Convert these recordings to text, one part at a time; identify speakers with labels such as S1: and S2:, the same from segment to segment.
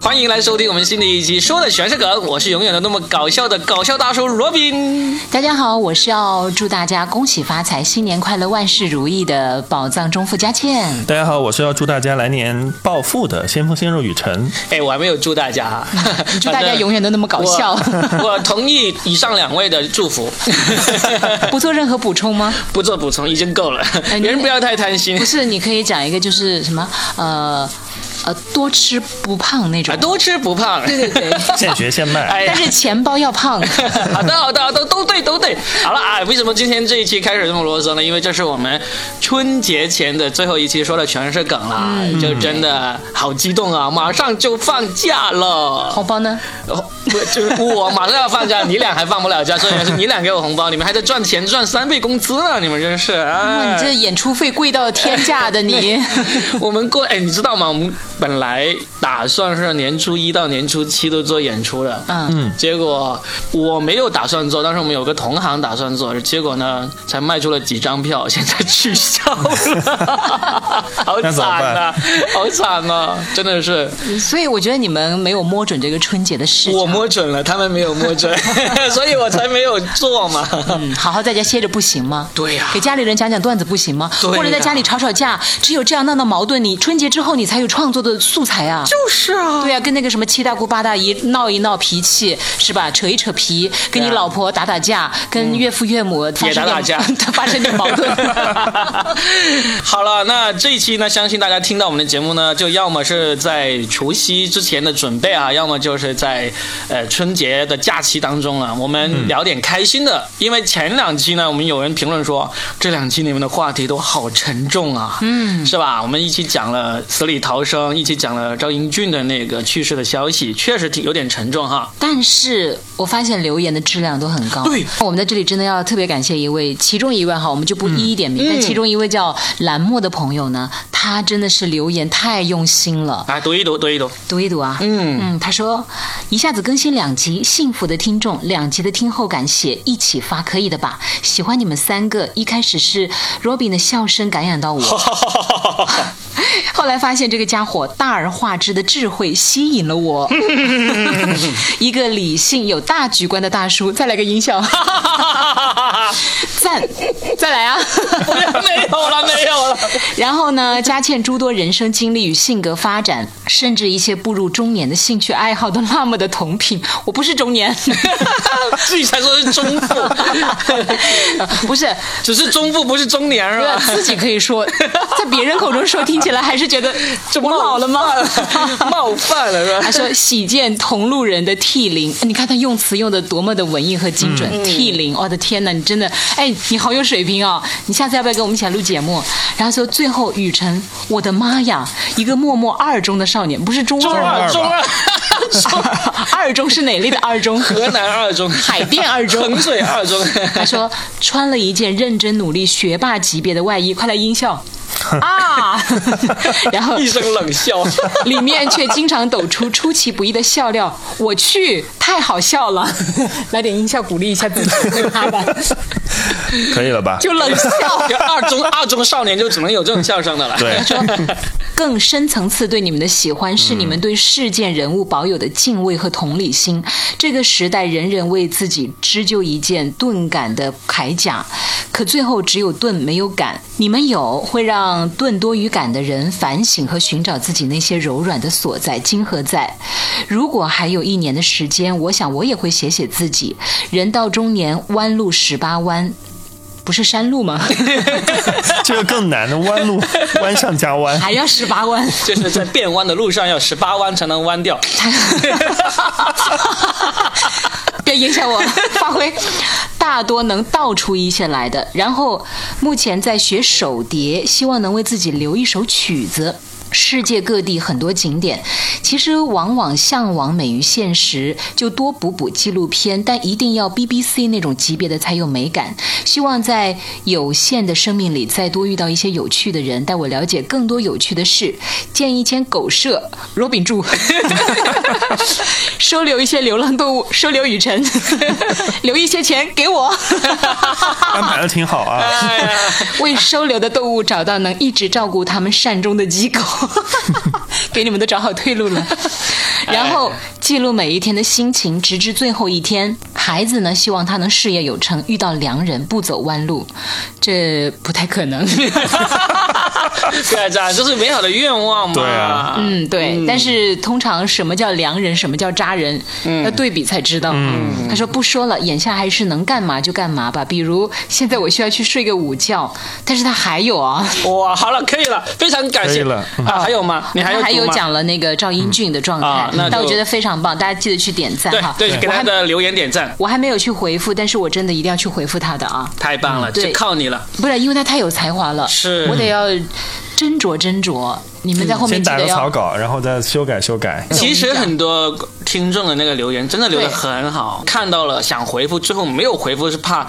S1: 欢迎来收听我们新的一期，说的全是梗，我是永远的那么搞笑的搞笑大叔罗 宾。
S2: 大家好，我是要祝大家恭喜发财、新年快乐、万事如意的宝藏中富佳倩。
S3: 大家好，我是要祝大家来年暴富的先锋鲜肉 雨辰。
S1: 哎，我还没有祝大家啊，
S2: 祝大家永远都那么搞笑，
S1: 我。 我同意以上两位的祝福，
S2: 不做任何补充吗？
S1: 不做补充已经够了，
S2: 哎你
S1: 人不要太贪心
S2: 不。 是，你可以讲一个就是什么呃呃多吃不胖那种
S1: 啊，。多吃不胖。
S2: 对对对，
S3: 现学现卖，
S1: 哎呀
S2: 但是钱包要 胖。
S1: 好的，好的，好的，都对，都对。好了啊，为什么今天这一期开始这么啰嗦呢？因为这是我们春节前的最后一期，说的全是梗啦，
S2: 嗯
S1: 就真的好激动啊！马上就放假了，
S2: 红包呢？
S1: 哦不就是我马上要放假，你俩还放不了假，所以是你俩给我红包，你们还在赚钱，赚三倍工资呢，你们真是
S2: 哇，
S1: 啊！
S2: 你这演出费贵到天价的 你。
S1: 我们过哎，你知道吗？我们本来打算是年初一到年初七都做演出的，
S2: 嗯，
S1: 结果我没有打算做，但是我们有个同行打算做，结果呢才卖出了几张票，现在取消 了，好
S3: 那怎么
S1: 惨啊
S3: 办，
S1: 好惨啊，真的是
S2: 所以我觉得你们没有摸准这个春节的市场。
S1: 我摸准了，他们没有摸准， 所以我才没有做嘛。
S2: 嗯，好好在家歇着不行吗？
S1: 对呀
S2: 给家里人讲讲段子不行吗？
S1: 对呀
S2: 或者在家里吵吵架，只有这样闹闹矛盾，你春节之后你才有创作的素材啊。
S1: 就是啊，
S2: 对呀、跟那个什么七大姑八大姨闹一闹脾气是吧？扯一扯皮，跟你
S1: 对啊
S2: 老婆打打架，跟岳父岳母发
S1: 也
S2: 生
S1: 打打
S2: 点
S1: 架
S2: 发生点矛 盾。
S1: 好了，那这一期呢，相信大家听到我们的节目呢，就要么是在除夕之前的准备啊，要么就是在呃春节的假期当中了、我们聊点开心的，因为前两期呢，我们有人评论说这两期你们的话题都好沉重啊，嗯，是吧？我们一起讲了死里逃生，一起讲了赵英俊的那个去世的消息，确实挺有点沉重哈。
S2: 但是我发现留言的质量都很高。
S1: 对，
S2: 我们在这里真的要特别感谢一位，其中一位哈，我们就不一一点名，
S1: 嗯
S2: 但其中一位叫蓝墨的朋友呢，他真的是留言太用心了。
S1: 来啊读一读，读一 读。
S2: 读一读啊，嗯嗯，他说一下子更新两集，幸福的听众，两集的听后感写一起发，可以的吧？喜欢你们三个，一开始是 Robin 的笑声感染到 我，后来发现这个家伙大而化之的智慧吸引 了我，一个理性有大局观的大叔，再来个 音效，赞，再来啊！
S1: 没有了，没有了。
S2: 然后呢，佳倩诸多人生经历与性格发展，甚至一些步入中年的兴趣爱好都那么的同频。我不是中年，
S1: 啊自己才说是中妇，
S2: 不是，
S1: 只是中妇不是中年啊是吧？
S2: 自己可以 说，在别人口中说，听起来还是觉得我老了吗？
S1: 冒犯了是
S2: 他
S1: 吧？
S2: 说喜见同路人的涕零，哎你看他用词用的多么的文艺和精
S1: 嗯
S2: 准。涕零，我的天哪，你真的，哎，你好有水平哦！你下次要不要跟我们一起来录节目？然后说最后雨辰，我的妈呀，一个默默二中的少年，不是中
S1: 中
S2: 二吗？
S1: 二，中二，
S2: 二中是哪类的二 中？
S1: 河南二中，
S2: 海淀二中
S1: 衡水二中。
S2: 他说穿了一件认真努力学霸级别的外衣，快来音效啊！ 然后
S1: 一声冷笑，
S2: 里面却经常抖出出其不意的笑料，我去，太好笑了！来点音效鼓励一下自己，哈吧，
S3: 可以了吧？
S2: 就冷笑。
S1: 就 二中二中少年就只能有这种笑声的了。
S3: 对，
S2: 更深层次对你们的喜欢，是你们对事件人物保有的敬畏和同理心。这个时代，人人为自己织就一件钝感的铠甲，可最后只有钝没有感。你们有会让钝多于感的人反省和寻找自己那些柔软的所在，今何在？如果还有一年的时间，我想我也会写写自己。人到中年，弯路十八弯。不是山路吗？
S3: 这个更难的 弯路，弯上加 弯。
S2: 还要十八弯？
S1: 就是在变弯的路上要十八弯才能弯 掉。
S2: 别影响我发挥，大多能道出一些来的。然后目前在学手碟，希望能为自己留一首曲子。世界各地很多景点，其实往往向往美于现实，就多补补纪录片，但一定要 BBC 那种级别的才有美感。希望在有限的生命里，再多遇到一些有趣的人，带我了解更多有趣的事。建议签狗舍，罗秉柱。 收留一些流浪动物，收留雨辰， 留一些钱给我，
S3: 安排的挺好啊，
S1: 哎 呀，
S2: 为收留的动物找到能一直照顾它们善终的机构。给你们都找好退路了。然后记录每一天的心情，直至最后一天。孩子呢，希望他能事业有成，遇到良人，不走弯路。这不太可能。
S1: 对啊，这样就是美好的愿望嘛。
S3: 对啊
S2: 嗯，对。但是通常什么叫良人，什么叫渣人，
S1: 嗯
S2: 要对比才知道。他说不说了，眼下还是能干嘛就干嘛吧。比如现在我需要去睡个午觉，但是他还有啊，
S1: 哇，好了，可以了，非常感谢
S3: 可以了嗯
S1: 啊！还有吗？你还有
S2: 他还
S1: 读
S2: 有
S1: 吗？
S2: 讲了那个赵英俊的状态，
S1: 啊那就
S2: 但我觉得非常棒，大家记得去点赞
S1: 对
S2: 哈。
S1: 对，给
S2: 我
S1: 他
S2: 还
S1: 的留言点赞，
S2: 我还没有去回复，但是我真的一定要去回复他的啊，
S1: 太棒了，
S2: 嗯对
S1: 就靠你了。
S2: 不然因为他太有才华了，
S1: 是
S2: 我得要斟酌斟酌。你们在后面
S1: 嗯
S3: 先
S2: 记
S3: 打
S2: 得
S3: 个草
S2: 要
S3: 稿，然后再修改修改。
S1: 其实
S2: 啊
S1: 很多听众的那个留言真的留的很好，看到了想回复，最后没有回复是怕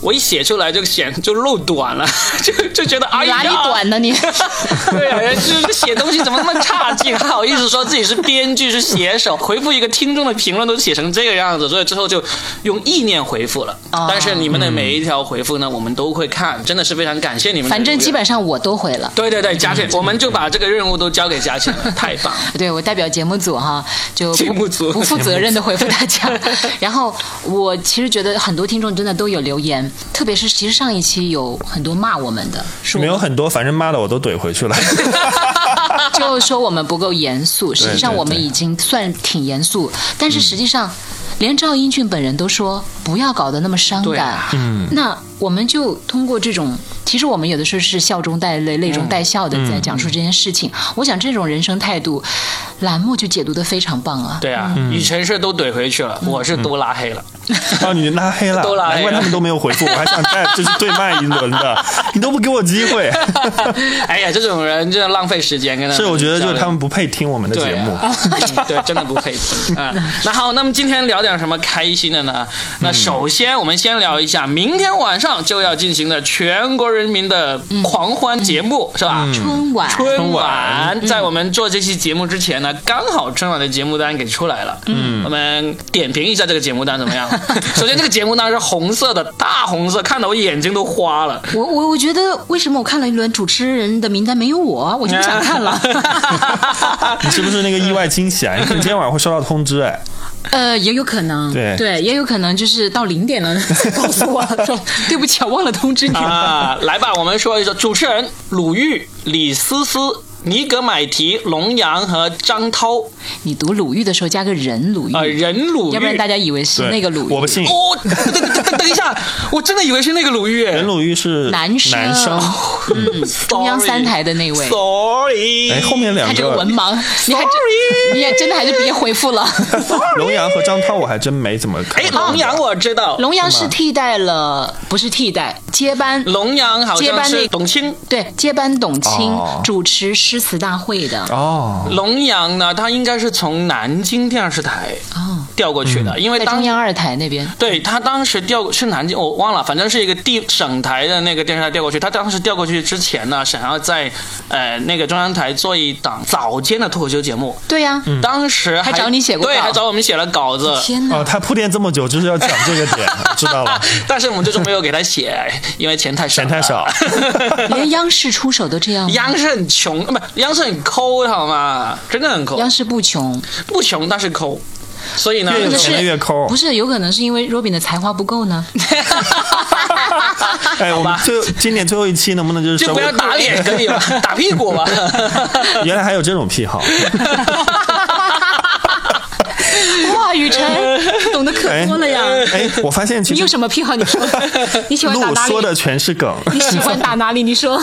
S1: 我一写出来就显就漏短了， 就就觉得哎呀，
S2: 哪里短呢你？
S1: 对啊，就是写东西怎么那么差劲，还好意思说自己是编剧是写 手，回复一个听众的评论都写成这个样子，所以之后就用意念回复了。
S2: 哦
S1: 但是你们的每一条回复呢，我们都会看，真的是非常感谢你们的留言。
S2: 反正基本上我都回了。
S1: 对对对，佳倩，我们就把这个任务都交给佳倩了，太棒了！
S2: 对我代表节目组哈，就不
S1: 节目组
S2: 不负责任的回复大家。 然后我其实觉得很多听众真的都有留言，特别是其实上一期有很多骂我们的， 说
S3: 没有很多，反正骂的我都怼回 去了。
S2: 就说我们不够严肃，实际上我们已经算挺严肃，但是实际
S1: 嗯
S2: 上，连赵英俊本人都说不要搞得那么伤
S1: 对
S2: 感
S1: 啊。
S3: 嗯，
S2: 那我们就通过这种，其实我们有的时候是笑中带
S1: 嗯
S2: 泪、泪中带笑的在讲述这件事情。我想这种人生态度，栏目就解读的非常棒啊。
S1: 对啊，
S3: 嗯
S1: 雨辰是都怼回去了，我是都拉黑了。
S3: 哦，你拉黑了，
S1: 都拉黑了
S3: 难怪他们都没有回复，我还想再就是对骂一轮 的，你都不给我机会。
S2: 嗯
S1: 哎呀，这种人真的浪费时间，跟他
S3: 所以我觉得嗯就是他
S1: 们
S3: 们不配听我们的
S1: 交
S3: 节
S1: 流。
S3: 目。
S1: 对啊 对，真的不 配啊。那好，那么今天聊点什么开心的呢？
S3: 嗯
S1: 那首先我们先聊一下明天晚上就要进行的全国人民的狂欢节目，是
S3: 嗯
S1: 吧？
S2: 春晚，
S1: 嗯春晚在我们做这期节目之前呢，刚好春晚的节目单给出来了。嗯，我们点评一下这个节目单怎么样？首先，这个节目单是红色的，大红色，看得我眼睛都花了。
S2: 我我我觉得为什么我看了一轮主持人的名单没有我，我就不想看了。
S3: 你是不是那个意外惊喜啊？你可能今天晚上会收到通知哎。
S2: 呃，也有可能，
S3: 对
S2: 也有可能就是到零点了 才告诉我说 对不起，我忘了通知你了。
S1: 啊，来吧，我们说一说主持人鲁豫、李思思、尼格买提、龙阳和张涛，
S2: 你读鲁豫的时候加个人鲁豫，
S3: 啊
S1: 呃，任鲁豫。
S2: 要不然大家以为是
S3: 对
S2: 那个鲁豫。
S3: 我不信。
S1: 哦，等等等等一下，我真的以为是那个鲁豫，
S3: 任鲁豫是
S2: 男生
S3: 男生，
S2: 嗯，中央三台的那位。
S1: Sorry，
S3: 哎，后面两
S2: 他这个 文盲，你还真，你也真的还是别回复了。
S3: 龙阳和张涛我还真没怎么看
S1: 哎，。龙阳我知道，
S2: 龙阳是替代了，不是替代接班，
S3: 嗯
S1: 龙阳好
S2: 接
S1: 像
S2: 班
S1: 是
S2: 那
S1: 董卿。
S2: 对接班董卿、
S3: 哦
S2: 主持诗词大会的。
S3: 哦，
S1: 龙阳呢，他应该是从南京电视台
S2: 哦，
S1: 调过去的，因为
S2: 在
S1: 当
S2: 中央二台那
S3: 嗯
S2: 边。
S1: 对他当时调是南京，我忘了，反正是一个地省台的那个电视台调过去。他当时调过去之前呢，想要在呃那个中央台做一档早间的脱口秀节目，
S2: 对呀、
S3: 嗯
S1: 当时
S2: 嗯还找你写过
S1: 对，
S2: 稿
S1: 还找我们写了稿 子。
S2: 天哪！
S3: 哦，他铺垫这么久就是要讲这个点，知道了。
S1: 但是我们最终没有给他写，因为钱太少，
S3: 钱太少。嗯
S2: 连央视出手都这样吗，
S1: 央视很穷，不，央视很抠，好吗？真的很抠，
S2: 央视不穷，
S1: 不穷但是抠，所以呢，
S3: 越有
S2: 可
S3: 钱的
S2: 是
S3: 越抠
S2: 不。是有可能是因为 Robin 的才华不够呢？
S3: 哎，我们最后今年最后一期能不能就是
S1: 就
S3: 稍
S1: 不
S3: 微
S1: 要打脸可以吗？打屁股吧。
S3: 原来还有这种癖好，
S2: 哇，雨辰懂得可多了呀！
S3: 哎，我发现其
S2: 你有
S3: 实
S2: 什么癖好？你 说，你喜欢打
S3: 路
S2: 哪
S3: 说
S2: 里？
S3: 的全是梗，
S2: 你喜欢打哪里？你说，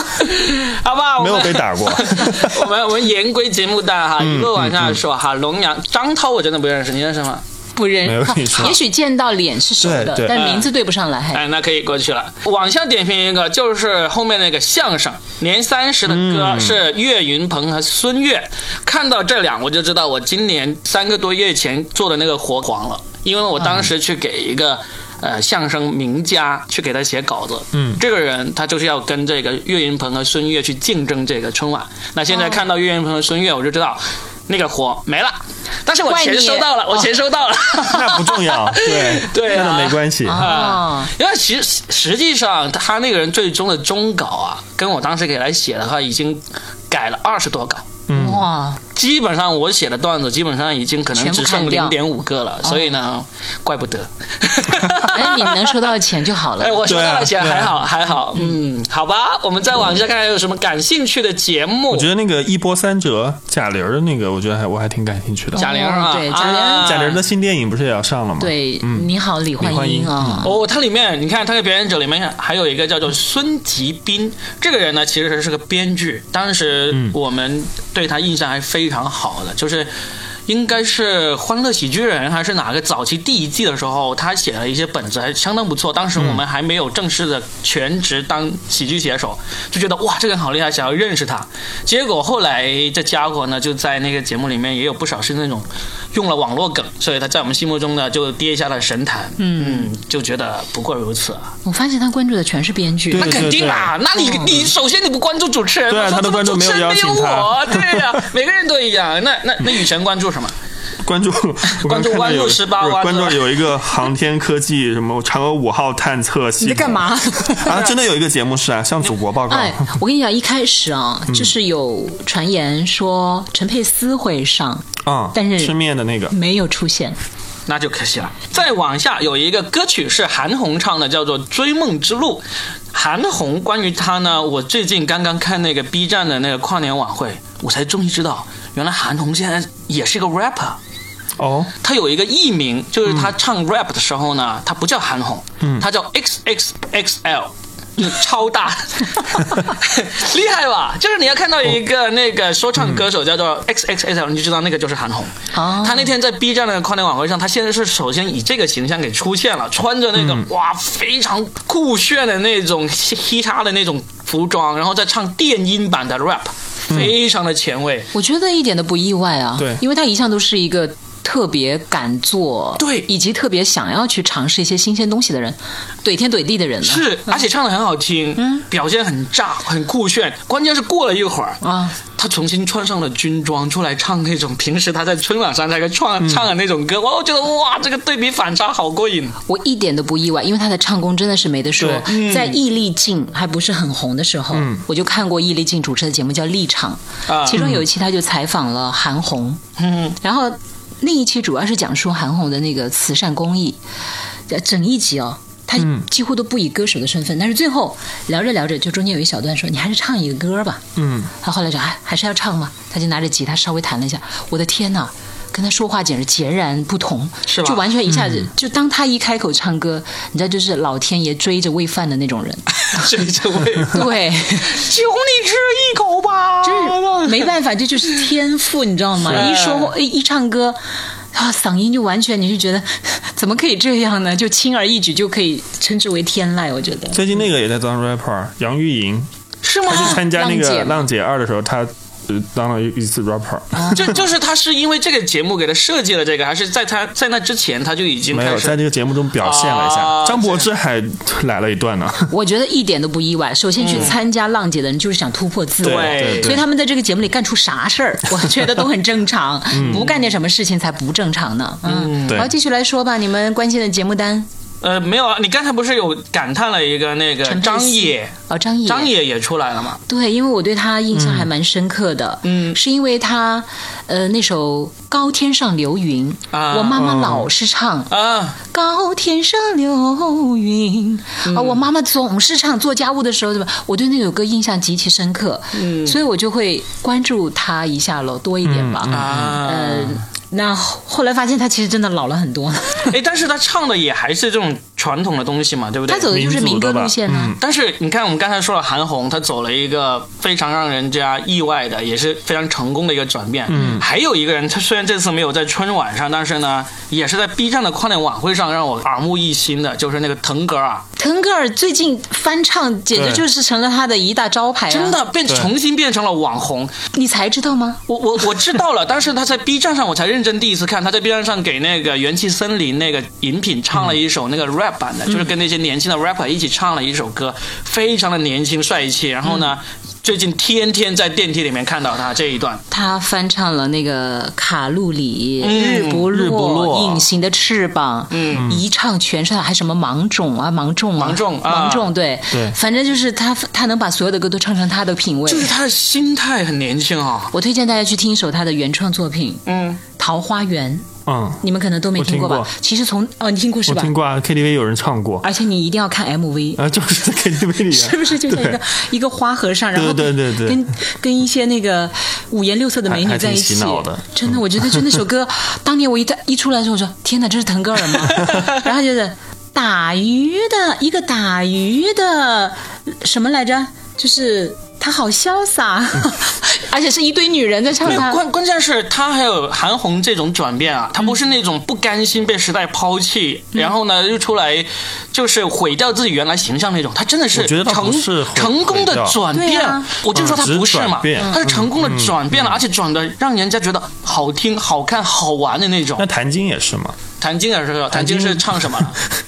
S1: 好吧，我
S3: 没
S1: 们
S3: 有被打过。 嗯
S1: 我们我们言归节目单哈，一个往下说哈。龙阳、张涛我真的不认识，你认识吗？
S2: 不认
S3: 没有你 说
S2: 也许见到脸是熟的
S3: 对，对
S2: 但名字对不上来。还
S1: 哎，那可以过去了。往下点评一个，就是后面那个相声《年三十》的歌是岳云鹏和孙悦。看到这两，我就知道我今年三个多月前做的那个活黄了，因为我当时去给一个。呃，相声名家去给他写稿子，嗯，这个人他就是要跟这个岳云鹏和孙悦去竞争这个春晚。那现在看到岳云鹏和孙悦，我就知道那个活没了。但是我
S2: 怪
S1: 钱
S2: 你
S1: 收到了，我钱收到了。 哦
S3: 那不重要，对
S1: 对啊
S3: 那都没关系。
S2: 哦
S1: 啊，因为其实实际上他那个人最终的
S3: 哎
S1: 终稿啊，跟我当时给他写的话已经改了二十多稿。
S2: 哇，
S1: 基本上我写的段子基本上已经可能
S2: 全部
S1: 只剩
S2: 砍掉
S1: 零点五个
S2: 哦
S1: 了，所以呢，怪不得。
S2: 哎，你能收到钱就好了
S1: 哎，。我收
S3: 对
S1: 到
S3: 啊
S1: 了钱，
S3: 对啊
S1: 还好还好，嗯，好吧，我们再往下看看有什么感兴趣的节目。
S3: 我觉得那个一波三折贾玲儿的那个，我觉得还我还挺感兴趣的。
S1: 贾玲啊，
S2: 哦对
S1: 啊
S2: 贾玲
S3: 贾玲儿的新电影不是也要上了吗？
S2: 对，你好，李焕
S3: 嗯李焕
S2: 英
S3: 英嗯
S2: 啊，
S1: 哦，它里面你看，它的表演者里面还有一个叫做孙吉斌，这个人呢其实是个编剧，当时我们对他印象还非常好的，就是。应该是《欢乐喜剧人》还是哪个早期第一季的时候，他写了一些本子，还相当不错。当时我们还没有正式的全职当喜剧写手，就觉得哇，这个人好厉害，想要认识他。结果后来这家伙呢，就在那个节目里面也有不少是那种用了网络梗，所以他在我们心目中呢就跌下了神坛。嗯，就觉得不过如此啊。
S2: 我发现他关注的全是编剧。
S1: 那
S3: 对
S1: 啊肯定啦，那你你首先你不关注主持人，
S3: 对啊
S1: 说
S3: 他
S1: 怎
S3: 都
S1: 么
S3: 关注
S1: 主
S3: 没有
S1: 持人
S3: 邀请
S1: 没有
S3: 他
S1: 我，对呀、每个人都一样。那那那雨辰关注什么？
S3: 关注我刚
S1: 关注
S3: 看到
S1: 弯路18
S3: 有不是
S1: 弯
S3: 关注
S1: 路
S3: 有一个航天科技什么嫦娥五号探测系统。
S4: 你在干 嘛？
S3: 啊？真的有一个节目是啊，向祖国报告。
S2: 哎，我跟你讲，一开始啊，
S1: 嗯
S2: 就是有传言说陈佩斯会上，
S3: 啊，
S2: 但是
S3: 吃面的那个
S2: 没有出现。
S1: 那就可惜了。再往下有一个歌曲是韩红唱的，叫做《追梦之路》。韩红关于她呢，我最近刚刚看那个 B 站的那个跨年晚会，我才终于知道，原来韩红现在也是个 rapper。
S3: 哦，
S1: 她有一个艺名，就是她唱 rap 的时候呢，她不叫韩红，她叫 X X X L。就是超大，厉害吧？就是你要看到一个那个说唱歌手叫做 X X X L，你就知道那个就是韩红。
S2: 哦
S1: 她那天在 B 站的跨年晚会上，她现在是首先以这个形象给出现了，穿着那个、哇非常酷炫的那种嘻哈的那种服装，然后再唱电音版的 rap，非常的前卫。
S2: 我觉得一点都不意外啊，
S3: 对
S2: 因为他一向都是一个特别敢做，
S1: 对
S2: 以及特别想要去尝试一些新鲜东西的人，怼天怼地的人啊呢、
S1: 是，而且唱的很好听，表现很炸，很酷炫。关键是过了一会儿，
S2: 啊，
S1: 他重新穿上了军装出来唱那种平时他在春晚上那个唱、唱的那种歌，我觉得哇，这个对比反差好过瘾。
S2: 我一点都不意外，因为他的唱功真的是没得说。
S1: 嗯
S2: 在易立竞还不是很红的时候，我就看过易立竞主持的节目叫《立场》，
S1: 啊
S2: 其中有一期他就采访了韩红，
S1: 嗯，
S2: 然后那一期主要是讲述韩红的那个慈善公益，呃整一集哦。他几乎都不以歌手的身份，但是最后聊着聊着，就中间有一小段说：“你还是唱一个歌吧。”
S3: 嗯，
S2: 他后来说：“哎，还是要唱嘛。”他就拿着吉他稍微弹了一下。我的天呐，跟他说话简直截然不同，
S1: 是吧
S2: 就完全一下子、就当他一开口唱歌，你知道，就是老天爷追着喂饭的那种人。
S1: 这这位，
S2: 对，
S1: 求你吃一口吧，
S2: 就是没办法，这就是天 赋，你知道吗？
S1: 啊是
S2: 一说话一一唱歌。啊，嗓音就完全，你就觉得 怎么可以这样呢？就轻而易举就可以称之为天籁，我觉 得。
S3: 最近那个也在当 rapper，杨钰莹
S1: 是吗？
S3: 参加那
S2: 啊浪姐
S3: 个《
S2: 嘛
S3: 浪姐二》的时候，她呃当了一一次 rapper，
S1: 就就是他是因为这个节目给他设计了这个，还是在他在那之前他就已经
S3: 没
S1: 开
S3: 有
S1: 始
S3: 在这个节目中表现了
S1: 啊
S3: 一
S2: 哦
S3: 下。张柏芝还来了一段呢，
S2: 我觉得一点都不意外。首先去参加浪姐的人就是想突破自我，
S1: 对嗯对
S2: 所以他们在这个节目里干出啥 事儿，我觉得都很正常，
S1: 嗯
S2: 不干点什么事情才不正常呢。嗯，
S3: 对
S2: 好，继续来说吧，你们关心的节目单
S1: 呃没有啊？你刚才不是有感叹了一个那个
S2: 陈佩斯
S1: 张也，
S2: 哦，张译，
S1: 张也也出来了嘛？
S2: 对，因为我对他印象还蛮深刻的，
S1: 嗯
S2: 是因为他呃那首《高天上流云》，
S1: 啊
S2: 我妈妈老是唱。
S1: 啊，
S2: 高天上流云
S1: 嗯
S2: 啊、我妈妈总是唱做家务的时候，对吧？我对那首歌印象极其深刻，嗯，所以我就会关注她一下喽，多一点吧。
S1: 啊
S2: 呃，那后后来发现她其实真的老了很多，
S1: 哎，但是他唱的也还是这种传统的东西嘛，对不对？
S2: 她走的就是民歌路线呢、啊
S1: 但是你看，我们刚才说了，韩红她走了一个非常让人家意外的，也是非常成功的一个转变。嗯，还有一个人，他虽然这次没有在春晚上，但是呢，也是在 B 站的跨年晚会上让我耳目一新的，就是那个腾
S2: 哎
S1: 格尔，
S2: 腾格尔最近翻唱简直
S3: 对
S2: 就是成了她的一大招牌、啊，
S1: 真，的变
S3: 对
S1: 重新变成了网红。
S2: 你才知道吗？
S1: 我我我知道了，但是他在 B 站上我才认真第一次看，他在 B 站上给那个元气森林那个饮品唱了一首那个 rap 版的，就是跟那些年轻的 rapper 一起唱了一首歌，非常的年轻帅气。然后呢，最近天天在电梯里面看到他这一段。
S2: 他翻唱了那个卡路里、
S1: 嗯
S2: 日不
S3: 日不落
S2: 隐形的翅膀，嗯，一唱全唱，还什么芒种啊，芒种、啊，
S1: 芒种啊
S2: 芒种，对，
S3: 对
S2: 反正就是他，他能把所有的歌都唱成他的品味
S1: 就。是他的心态很年轻啊哈、
S2: 我推荐大家去听一首他的原创作品《
S1: 嗯，
S2: 桃花源》，
S3: 嗯，
S2: 你们可能都没
S3: 我听
S2: 过吧？
S3: 过
S2: 其实从哦，你听过是
S3: 我
S2: 吧？
S3: 听过啊 KTV 有人唱过，
S2: 而且你一定要看 MV。
S3: 啊，就是在 KTV 里啊，
S2: 是不是就像一
S3: 对
S2: 个一个花和尚，然后
S3: 对对对对
S2: 跟跟一些那个五颜六色的美
S3: 还
S2: 女
S3: 还挺
S2: 在一起
S3: 洗脑的，
S2: 真的，我觉得就那首歌，当年我一在一出来的时候，我说天哪，这是腾格尔吗？ 然后就是打鱼的一个打鱼的什么来着，就是他好潇洒， 而且是一堆女人在唱
S1: 没有
S2: 他。
S1: 关关键是他还有韩红这种转变啊，他不是那种不甘心被时代抛弃，
S2: 嗯
S1: 然后呢又出来就是毁掉自己原来形象那种，他真的是
S3: 我觉得他
S1: 成
S3: 不是毁
S1: 成功的转
S2: 毁掉对
S1: 变
S2: 啊，
S1: 我就说他不是嘛
S3: 嗯只是转，变嗯
S1: 他是成功的转变了，而且转的让人家觉得好听、好看、好玩的那种
S3: 那。谭晶也是嘛，
S1: 谭晶也是，谭晶是唱什么？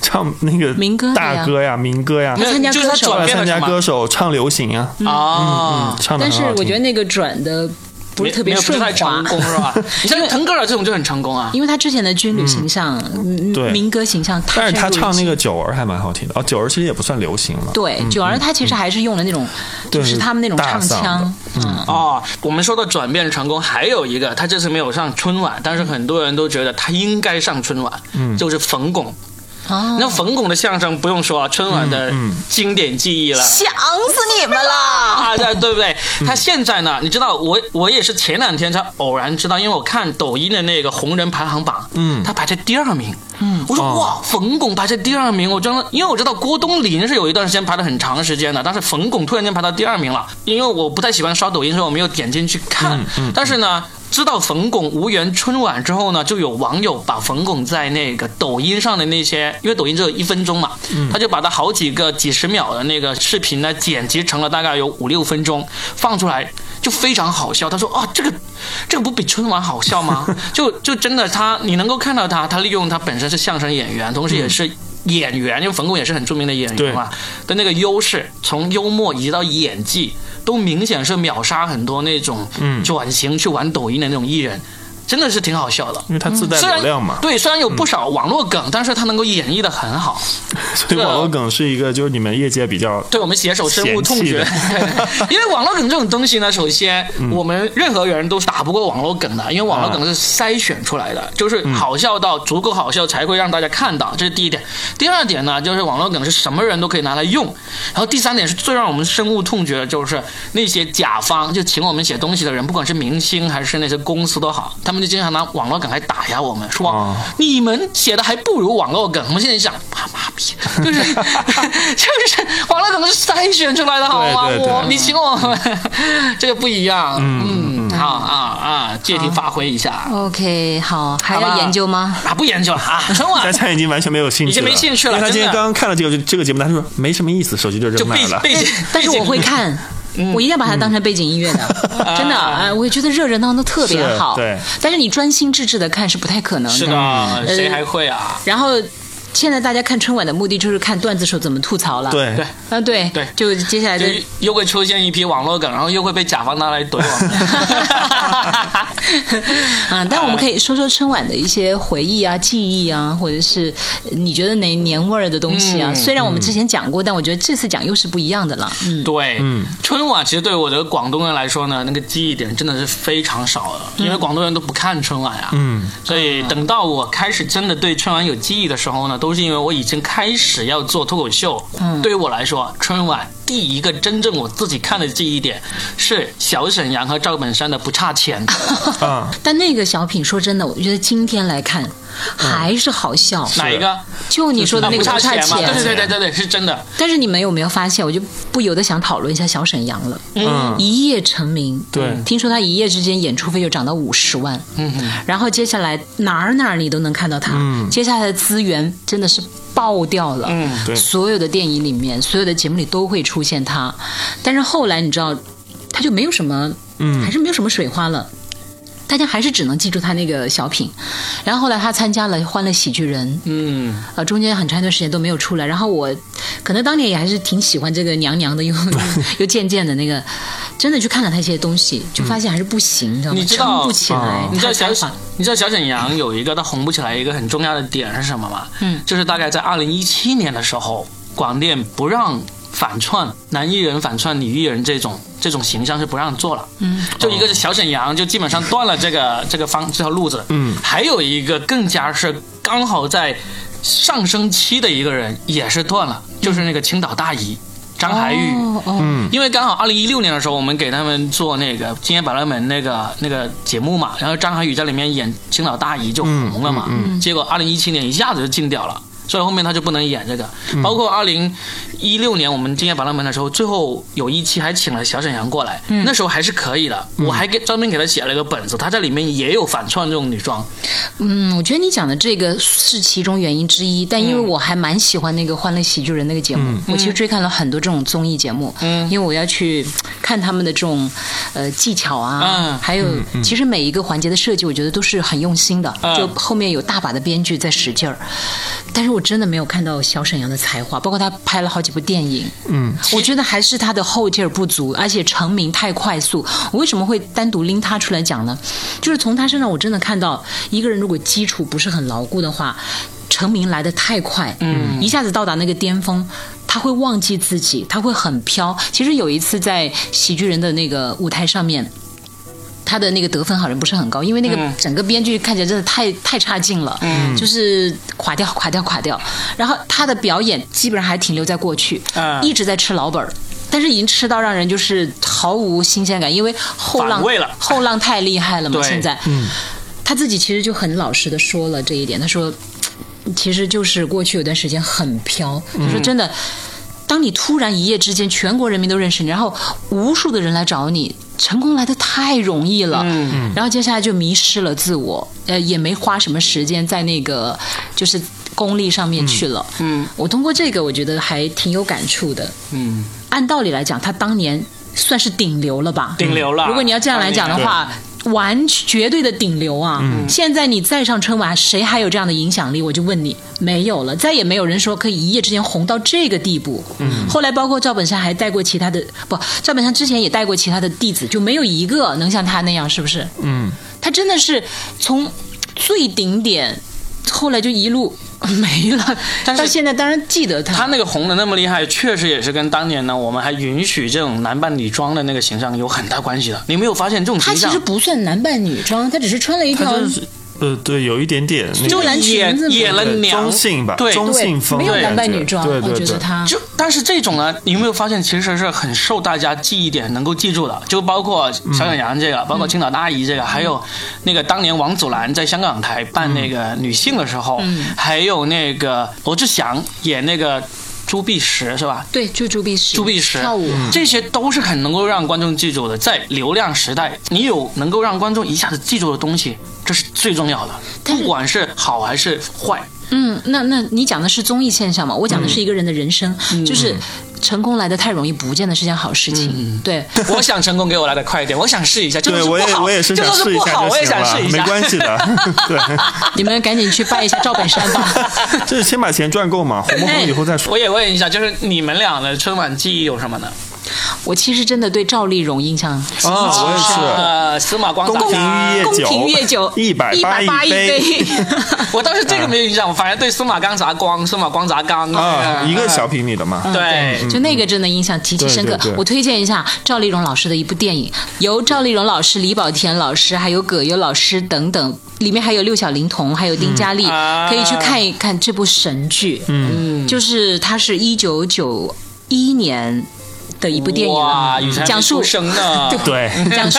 S3: 唱那个
S2: 民歌的呀
S3: 大歌呀，民歌呀，
S2: 参加
S1: 就是他
S2: 歌手
S3: 后
S1: 转
S3: 来
S1: 变了
S3: 参加
S1: 什么
S3: 歌手唱流行啊，
S1: 啊？
S3: 嗯，唱的
S2: 但
S3: 很
S2: 是
S3: 好
S2: 我觉得
S3: 听。
S2: 那个转的不是特别
S1: 没有不
S2: 顺
S1: 是太
S2: 滑
S1: 成。功是吧？你像腾格尔这种就很成功啊。
S2: 因为他之前的军旅形象、嗯
S3: 对
S2: 民歌形象太深入
S3: 但
S2: 人
S3: 是
S2: 心，
S3: 他唱那个九儿还蛮好听的，哦，九儿其实也不算流行了，
S2: 对，
S1: 嗯
S2: 九儿他其实还是用了那种，
S3: 对
S2: 就是他们那种
S3: 大
S2: 唱
S3: 嗓
S2: 腔，嗯，
S1: 哦，我们说到转变成功，还有一个他这次没有上春晚，但是很多人都觉得他应该上春晚，嗯，就是冯巩。
S3: 嗯
S2: 哦，
S1: 那冯巩的相声不用说啊，春晚的经典记忆 了。
S2: 想死你们了！
S1: 啊，对对不对？
S3: 嗯
S1: 他现在呢？你知道我我也是前两天才偶然知道，因为我看抖音的那个红人排行榜，
S3: 嗯
S1: 他排在第二名，嗯，我说、
S3: 哦
S1: 哇，冯巩排在第二名，我真的，因为我知道郭冬临是有一段时间排了很长时间的，但是冯巩突然间排到第二名了，因为我不太喜欢刷抖音，所以我没有点进去看，
S3: 嗯嗯
S1: 但是呢。知道冯巩无缘春晚之后呢，就有网友把冯巩在那个抖音上的那些，因为抖音只有一分钟嘛，他就把他好几个几十秒的那个视频呢剪辑成了大概有五六分钟放出来，就非常好笑。他说啊，这个这个不比春晚好笑吗？ 就就真的他，你能够看到他，他利用他本身是相声演员，同时也是。演员，因为冯巩也是很著名的演员嘛，的那个优势，从幽默移到演技，都明显是秒杀很多那种
S3: 嗯
S1: 转型去玩抖音的那种艺人，真的是挺好笑的。
S3: 因为他自带
S1: 嗯虽然
S3: 流 量嘛，
S1: 对，虽然有不少网络梗，但是他能够演绎的很好。
S3: 所以
S1: 啊
S3: 网络梗是一个就是你们业界比较
S1: 对我们携手深恶痛绝
S3: 嫌。
S1: 因为网络梗这种东西呢，首先我们任何人都打不过网络梗的，因为网络梗是筛选出来的，就是好笑到足够好笑才会让大家看到，这是第一点。第二点呢，就是网络梗是什么人都可以拿来用。然后第三点是最让我们深恶痛绝的，就是那些甲方就请我们写东西的人，不管是明星还是那些公司都好，他们就经常拿网络梗来打压我们，说、
S3: 哦
S1: 你们写的还不如网络梗。我们现在想，妈妈逼，就是 就是网络梗是筛选出来的，好吗？
S3: 对对对
S1: 我你请我 们，这个不一样。嗯，好啊啊，借题发挥一下。
S2: OK，好，还
S1: 好吧
S2: 要研究吗？
S1: 啊，不研究了啊，春
S3: 大
S1: 晚
S3: 家已经完全没有兴趣了，
S1: 已经没兴趣了
S3: 因为他今天
S1: 真的
S3: 刚刚看了这个这个节目，他说没什么意思，手机就
S1: 就
S3: 扔
S1: 背
S3: 那了。
S1: 背景，
S2: 但是
S1: 背景
S2: 我会看。
S1: 嗯
S2: 我一定要把它当成背景音乐的， 真的，
S1: 啊
S2: 哎，我也觉得热热闹闹特别
S3: 是
S2: 好。
S3: 对，
S2: 但是你专心致志的看是不太可能
S1: 是的，
S3: 嗯
S1: 谁还会啊？
S2: 然后，现在大家看春晚的目的就是看段子手怎么吐槽了。，
S3: 对
S1: 对，
S2: 啊，对，
S1: 对
S2: 就接下来
S1: 就
S2: 的
S1: 又会出现一批网络梗，然后又会被甲方拿来怼 我们。
S2: 啊，但我们可以说说春晚的一些回忆啊、记忆啊，或者是你觉得哪年味儿的东西啊。
S1: 嗯
S2: 虽然我们之前讲过，但我觉得这次讲又是不一样的了。嗯，
S1: 对，嗯，春晚其实对我这个广东人来说呢，那个记忆点真的是非常少的，因为广东人都不看春晚啊。
S3: 嗯，
S1: 所以等到我开始真的对春晚有记忆的时候呢，都是因为我已经开始要做脱口秀。嗯，对于我来说，春晚第一个真正我自己看的记忆点是小沈阳和赵本山的《不差钱》
S3: 啊，
S2: 但那个小品，说真的，我觉得今天来
S1: 嗯
S2: 看还是好笑。
S1: 哪一个？
S2: 就你说的那
S1: 啊
S2: 个
S1: 不差
S2: 不差
S1: 嘛？对对
S2: 钱，
S1: 对对对对，是真的。
S2: 但是你们有没有发现，我就不由得想讨论一下小沈阳了。
S3: 嗯，
S2: 一夜成名，
S3: 对
S2: 听说他一夜之间演出费就涨到五十万，嗯，然后接下来哪儿哪儿你都能看到他，
S3: 嗯
S2: 接下来的资源真的是爆掉了，
S1: 嗯，
S3: 对
S2: 所有的电影里面，所有的节目里都会出现他，但是后来你知道，他就没有什么，
S3: 嗯
S2: 还是没有什么水花了。大家还是只能记住他那个小品，然后后来他参加了《欢乐喜剧人》，
S1: 嗯，
S2: 啊，中间很长一段时间都没有 出来。然后我可能当年也还是挺喜欢这个娘娘的，又又渐渐的那个，真的去看了他一些东西，就发现还是不行，你知道吗？
S1: 你知道
S2: 撑不起来
S3: 啊。
S1: 嗯你知道
S2: 他
S1: 小
S2: 的想法
S1: 你知道小沈阳有一个他红不起来一个很重要的点是什么吗？
S2: 嗯
S1: 就是大概在二零一七年的时候，广电不让反串男艺人反串女艺人这种这种形象是不让做了。嗯，就一个是小沈阳就基本上断了这个这个方这条路子。
S3: 嗯
S1: 还有一个更加是刚好在上升期的一个人也是断了，就是那个青岛大姨张涵予。
S2: 哦哦
S3: 嗯
S1: 因为刚好二零一六年的时候，我们给他们做那个《今夜百乐门》那个那个节目嘛，然后张涵予在里面演青岛大姨就红了嘛，
S3: 嗯
S1: 结果二零一七年一下子就禁掉了。所以后面他就不能演这个，
S3: 嗯
S1: 包括二零一六年我们《今夜百乐门》的时候，最后有一期还请了小沈阳过来，那时候还是可以的，
S3: 嗯
S1: 我还给专门给他写了一个本子，他在里面也有反串这种女装，
S2: 嗯，我觉得你讲的这个是其中原因之一，但因为
S1: 嗯
S2: 我还蛮喜欢那个《欢乐喜剧人》那个节目，我其实追看了很多这种综艺节目，
S1: 嗯
S2: 因为我要去看他们的这种呃技巧啊，
S1: 嗯
S2: 还有、其实每一个环节的设计，我觉得都是很用心的，
S1: 嗯
S2: 就后面有大把的编剧在使劲儿，但是我真的没有看到小沈阳的才华，包括他拍了好几部电影，
S3: 嗯，
S2: 我觉得还是他的后劲儿不足，而且成名太快速。我为什么会单独拎他出来讲呢？就是从他身上，我真的看到一个人如果基础不是很牢固的话，成名来得太快，嗯，一下子到达那个巅峰。他会忘记自己，他会很飘。其实有一次在喜剧人的那个舞台上面，他的那个得分好像不是很高，因为那个
S1: 嗯
S2: 整个编剧看起来真的太太差劲了，就是垮掉、垮掉、垮掉。然后他的表演基本上还停留在过去，
S1: 嗯
S2: 一直在吃老本儿。但是已经吃到让人就是毫无新鲜感，因为后浪
S1: 反胃了
S2: 后浪太厉害了嘛。
S1: 对嗯
S2: 现在，他自己其实就很老实的说了这一点，他说，其实就是过去有段时间很飘，
S1: 嗯
S2: 他说真的。当你突然一夜之间全国人民都认识你，然后无数的人来找你，成功来的太容易了，嗯、然后接下来就迷失了自我，呃，也没花什么时间在那个就是功利上面去了。
S1: 嗯
S2: 我通过这个，我觉得还挺有感触的。
S1: 嗯，
S2: 按道理来讲，他当年算是顶流了吧？
S1: 顶流了。
S2: 如果你要这样来讲的话，完绝对的顶流啊！
S1: 嗯
S2: 现在你再上春晚，谁还有这样的影响力？我就问你，没有了，再也没有人说可以一夜之间红到这个地步。
S1: 嗯
S2: 后来包括赵本山还带过其他的，不，赵本山之前也带过其他的弟子，就没有一个能像他那样，是不是？
S3: 嗯，
S2: 他真的是从最顶点，后来就一路 没了。
S1: 但是
S2: 到现在当然记得
S1: 他那个红的那么厉害，确实也是跟当年呢，我们还允许这种男扮女装的那个形象有很大关系的。你没有发现这种
S2: 他
S1: 形
S2: 其
S1: 象
S2: 实？不算男扮女装，他只是穿了一
S3: 他
S2: 条
S3: 真是呃，对，有一点点那
S2: 就
S3: 个
S2: 蓝裙子
S1: 演演
S2: 嘛
S1: 了
S3: 对
S1: 娘
S3: 中性吧，
S1: 对
S3: 中性风
S2: 没
S3: 的
S2: 有
S3: 感觉，
S2: 男扮女装，
S3: 对对
S2: 我觉
S3: 对
S2: 得，他
S1: 就但是这种呢，你有没有发现其实是很受大家记忆点能够记住的？就包括小沈阳这个，
S2: 嗯
S1: 包括青岛大姨这个，还有那个当年王祖蓝在香港台办那个女性的时候，
S2: 嗯
S1: 还有那个罗志祥演那个朱碧石是吧？
S2: 对，就朱碧石，
S1: 朱碧石
S2: 跳舞，
S3: 嗯
S1: 这些都是很能够让观众记住的。在流量时代，你有能够让观众一下子记住的东西，这是最重要的，
S2: 但是
S1: 不管是好还是 坏。
S2: 嗯，那那你讲的是综艺现象嘛？我讲
S3: 嗯
S2: 的是一个人的人生，就是成功来的太容易，不见得是件好事情。
S3: 嗯
S2: 对，
S1: 我想成功，给我来的快一点，我想试一下，就
S3: 对
S1: 是不
S3: 我也
S1: 好，
S3: 我也是
S1: 就
S3: 想
S1: 是
S3: 试一
S1: 不
S3: 下
S1: 好，
S3: 就
S1: 我也
S3: 行
S1: 想
S3: 了
S1: 试，一
S3: 没
S1: 下。
S3: 关 系的， 对，
S2: 你们赶紧去拜一下赵本山 吧。
S3: 就是先把钱赚够嘛， 红
S1: 哎
S3: 不红以后再说。
S1: 我也问一下，就是你们俩的春晚记忆有什么呢？
S2: 我其实真的对赵丽蓉印象极
S3: 啊
S2: 其
S3: 我也是
S1: 呃，司马光
S3: 宫
S1: 砸
S3: 廷
S1: 家
S3: 玉液
S2: 宫
S3: 酒，
S2: 廷月酒
S3: 一百八
S2: 180
S3: 一
S2: 一
S3: 杯。
S2: 杯，
S1: 我倒是这个没有印象，我反而对司马刚砸光、司马光砸缸
S3: 啊，一个小嗯
S1: 品。
S3: 平米的
S1: 嗯
S3: 嘛，
S1: 对，
S2: 嗯就那个真的印象极其深刻。
S3: 对对对
S2: 我推荐一下赵丽蓉老师的一部电影，由赵丽蓉老师、李保田老师、还有葛优老师等等，里面还有六小龄童，还有丁嘉丽，
S1: 啊
S2: 可以去看一看这部神剧。嗯，就是它是一九九一年的一部电影
S1: 哇，
S2: 了
S1: 雨辰，还没
S2: 讲述
S1: 出生呢，
S3: 对，
S2: 讲述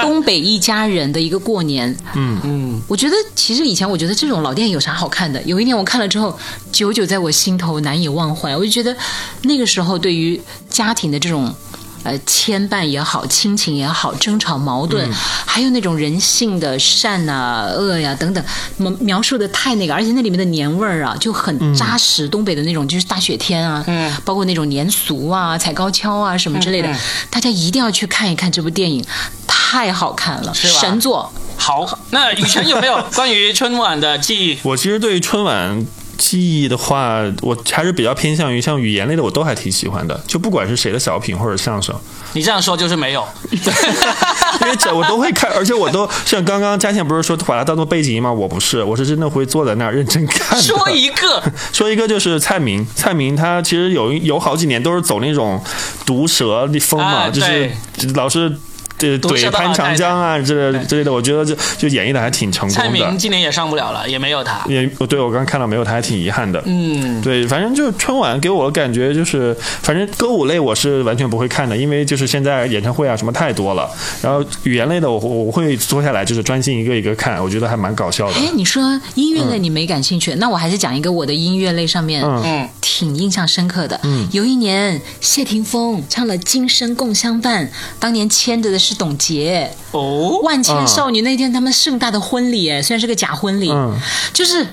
S2: 东北一家人的一个过年。
S1: 嗯，
S2: 我觉得其实以前我觉得这种老电影有啥好看的？有一年我看了之后，久久在我心头难以忘怀。我就觉得那个时候对于家庭的这种。呃，牵绊也好，亲情也好，争吵矛盾，
S1: 嗯
S2: 还有那种人性的善呐、恶呀、等等，描描述的太那个，而且那里面的年味儿啊，就很扎实。东北的那种就是大雪天啊，
S1: 嗯
S2: 包括那种年俗啊、踩高跷啊什么之类的，
S1: 嗯嗯
S2: 大家一定要去看一看这部电影，太好看了，
S1: 是吧
S2: 神作。
S1: 好，那雨辰有没有关于春晚的记忆？
S3: 我其实对于春晚记忆的话，我还是比较偏向于像语言类的，我都还挺喜欢的。就不管是谁的小品或者相声，
S1: 你这样说就是没有，
S3: 因为这我都会看，而且我都像刚刚佳倩不是说把它当做背景音吗？我不是，我是真的会坐在那儿认真看的。
S1: 说一 个，
S3: 说一个就是蔡明，蔡明他其实有一有好几年都是走那种毒舌的风嘛，
S1: 啊
S3: 就是老是。对
S1: 毒舌的
S3: 怼潘
S1: 老太
S3: 长
S1: 太
S3: 江啊之类的之类的，我觉得就就演绎的还挺成功的。
S1: 蔡明今年也上不了了，也没有他。
S3: 也对我刚刚看到没有，他还挺遗憾的。
S1: 嗯，
S3: 对，反正就春晚给我的感觉就是，反正歌舞类我是完全不会看的，因为就是现在演唱会啊什么太多了。然后语言类的我我会坐下来就是专心一个一个看，我觉得还蛮搞笑的。
S2: 哎，你说音乐类你没感兴趣，那我还是讲一个我的音乐类上面
S3: 嗯
S1: 嗯
S2: 挺印象深刻的。有一年谢霆锋唱了《今生共相伴》，当年牵着的是董洁，
S1: 哦，
S2: 万千少女那天他们盛大的婚礼，
S1: 嗯
S2: 哎，虽然是个假婚礼，
S3: 嗯，
S2: 就是。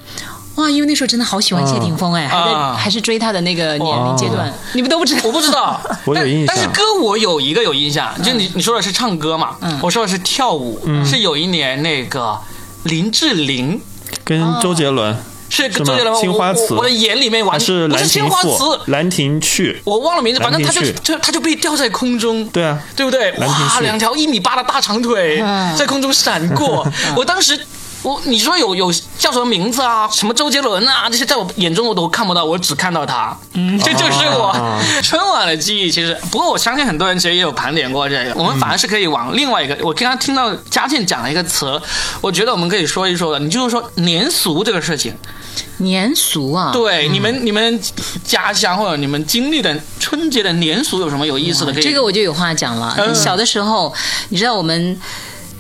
S2: 哇，因为那时候真的好喜欢谢霆锋哎，还在、
S1: 啊
S2: 还是追他的那个年龄阶段，你们都不知道，
S1: 我不知道
S3: 我有
S1: 但
S3: 印象嗯
S1: 但是歌我有一个有印象，就你你说的是唱歌嘛，我说的是跳舞，是有一年那个林志玲。
S3: 跟
S1: 哦
S3: 周杰伦、
S1: 是
S3: 是吗
S1: 周杰伦吗？
S3: 青花瓷
S1: 我我我的眼里面
S3: 还
S1: 完
S3: 是
S1: 不
S3: 兰
S1: 是
S3: 亭
S1: 青花瓷
S3: 赋、，兰亭序，
S1: 我忘了名字，反正他就
S3: 兰亭序
S1: 就他就被吊在空中，
S3: 对啊，
S1: 对不对？
S3: 亭
S1: 哇，
S3: 序
S1: 两条一米八的大长腿
S2: 嗯
S1: 在空中闪 过，我当时。我你说有有叫什么名字啊？什么周杰伦啊？这些在我眼中我都看不到，我只看到他。嗯，这就是我、
S3: 啊
S1: 春晚的记忆。其实，不过我相信很多人其实也有盘点过这个。我们反而是可以往另外一个，我刚刚听到佳倩讲了一个词，我觉得我们可以说一说的。你就是说年俗这个事情，
S2: 啊年俗啊，
S1: 对，你们你们家乡或者你们经历的春节的年俗有什么有意思的？可以
S2: 啊这个我就有话讲了。
S1: 嗯
S2: 小的时候，你知道我们。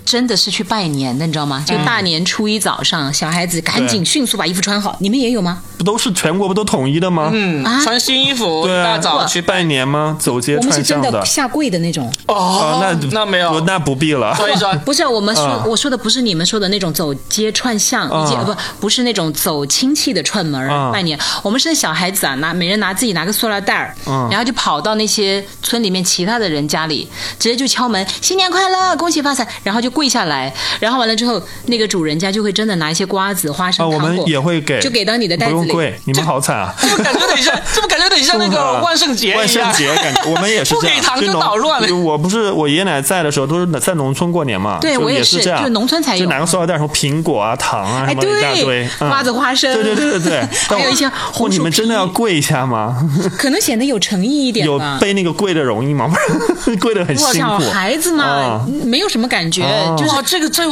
S2: 真的是去拜年的，你知道吗？就大年初一早
S1: 嗯
S2: 上，小孩子赶紧
S3: 对
S2: 迅速把衣服穿好。你们也有吗？
S3: 不都是全国不都统一的吗？
S1: 嗯
S2: 啊，
S1: 穿新衣服，
S3: 对啊，
S1: 大早去拜
S3: 拜年吗？走街
S2: 我们是
S3: 串
S2: 真
S3: 巷
S2: 的下跪的那种，
S1: 哦
S3: 啊，那
S1: 那没有，
S3: 那不必了。
S1: 所以说
S2: 不是我们说、
S3: 啊
S2: 我说的不是你们说的那种走街串巷，
S3: 啊
S2: 以及呃不不是那种走亲戚的串门儿、
S3: 啊
S2: 拜年。我们是小孩子啊，拿每人拿自己拿个塑料袋儿、
S3: 嗯
S2: 然后就跑到那些村里面其他的人家里，直接就敲门，新年快乐，恭喜发财，然后就跪下来，然后完了之后，那个主人家就会真的拿一些瓜子、花
S3: 啊，
S2: 生、
S3: 我
S2: 糖
S3: 们
S2: 果，
S3: 也会给，
S2: 就给到你的袋
S3: 不
S2: 子
S3: 用
S2: 里。
S3: 跪，你们好惨啊！
S1: 这不感觉有点 像，这不感觉有点像那个万圣节
S3: 万
S1: 一
S3: 圣
S1: 样。
S3: 节感觉我们也是
S1: 不
S3: 这
S1: 给
S3: 样，
S1: 糖就
S3: 农
S1: 捣乱了
S3: 我不是我爷爷奶奶在的时候，都是在农村过年嘛，
S2: 对
S3: 就
S2: 我也
S3: 也
S2: 是
S3: 这样，
S2: 就农村才有
S3: 就拿个塑料袋，什么苹果啊、糖啊
S2: 哎
S3: 什么
S2: 对
S3: 一大堆，嗯
S2: 瓜子花生
S3: 对对对对 对，但我
S2: 有一些红
S3: 哇你
S2: 薯
S3: 们真的要
S2: 皮
S3: 跪一下吗？
S2: 可能显得有诚意一点
S3: 有
S2: 吧。
S3: 被那个跪的容易吗？跪的很
S2: 哇
S3: 辛
S2: 小
S3: 苦。
S2: 孩子嘛、
S3: 啊
S2: 没有什么感觉，
S3: 哦
S2: 就是
S1: 哇，这个在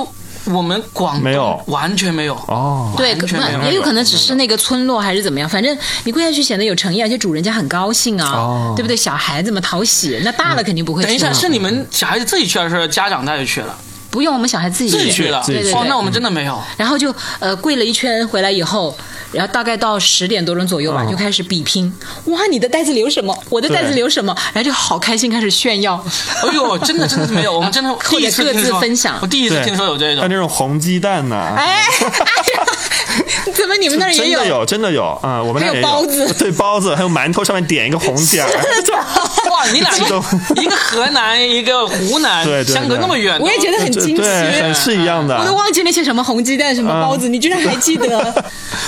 S1: 我们广东
S3: 没有
S1: 完全没有。
S3: 哦，
S2: 对，
S1: 完
S2: 可
S1: 全没有
S2: 能也有可能只是那个村落还是怎么样，反正你跪下去显得有诚意，而且主人家很高兴啊，
S3: 哦
S2: 对不对？小孩子嘛讨喜，那大了肯定不会去了。
S1: 等一下，是你们小孩子自己去，还是家长带着去了？
S2: 不用我们小孩自己
S1: 自己去了。
S3: 自己去嗯
S2: 对对
S1: 哇，
S2: 对
S1: 那我们真的没有。
S2: 然后就呃跪了一圈回来以后，然后大概到十点多钟左右吧，就开始比拼。哇，你的袋子留什么？我的袋子
S3: 对
S2: 留什么？然后就好开心，开始炫耀。
S1: 哎呦，真的真的是没有，我们真 的
S2: 或者
S1: 第一次
S2: 各自
S1: 听说
S2: 分享
S1: 我第一次
S3: 对，
S1: 听说有这
S3: 还
S1: 种。
S3: 有那种红鸡蛋 呐、
S2: 哎， 哎呀怎么你们那儿也
S3: 真的有， 真的有啊、我们
S2: 还
S3: 那
S2: 有
S3: 也
S2: 包子
S3: 对包子，还有馒头上面点一个红点儿，
S1: 哇，你俩
S3: 激动
S1: 一一个河南，一个湖南
S3: 对，对
S1: 相隔
S3: 对
S1: 那么远，
S2: 我也觉得很惊奇，啊
S3: 对，很是啊一样的。
S2: 我都忘记那些什么红鸡蛋、什么包子，你居然还记得。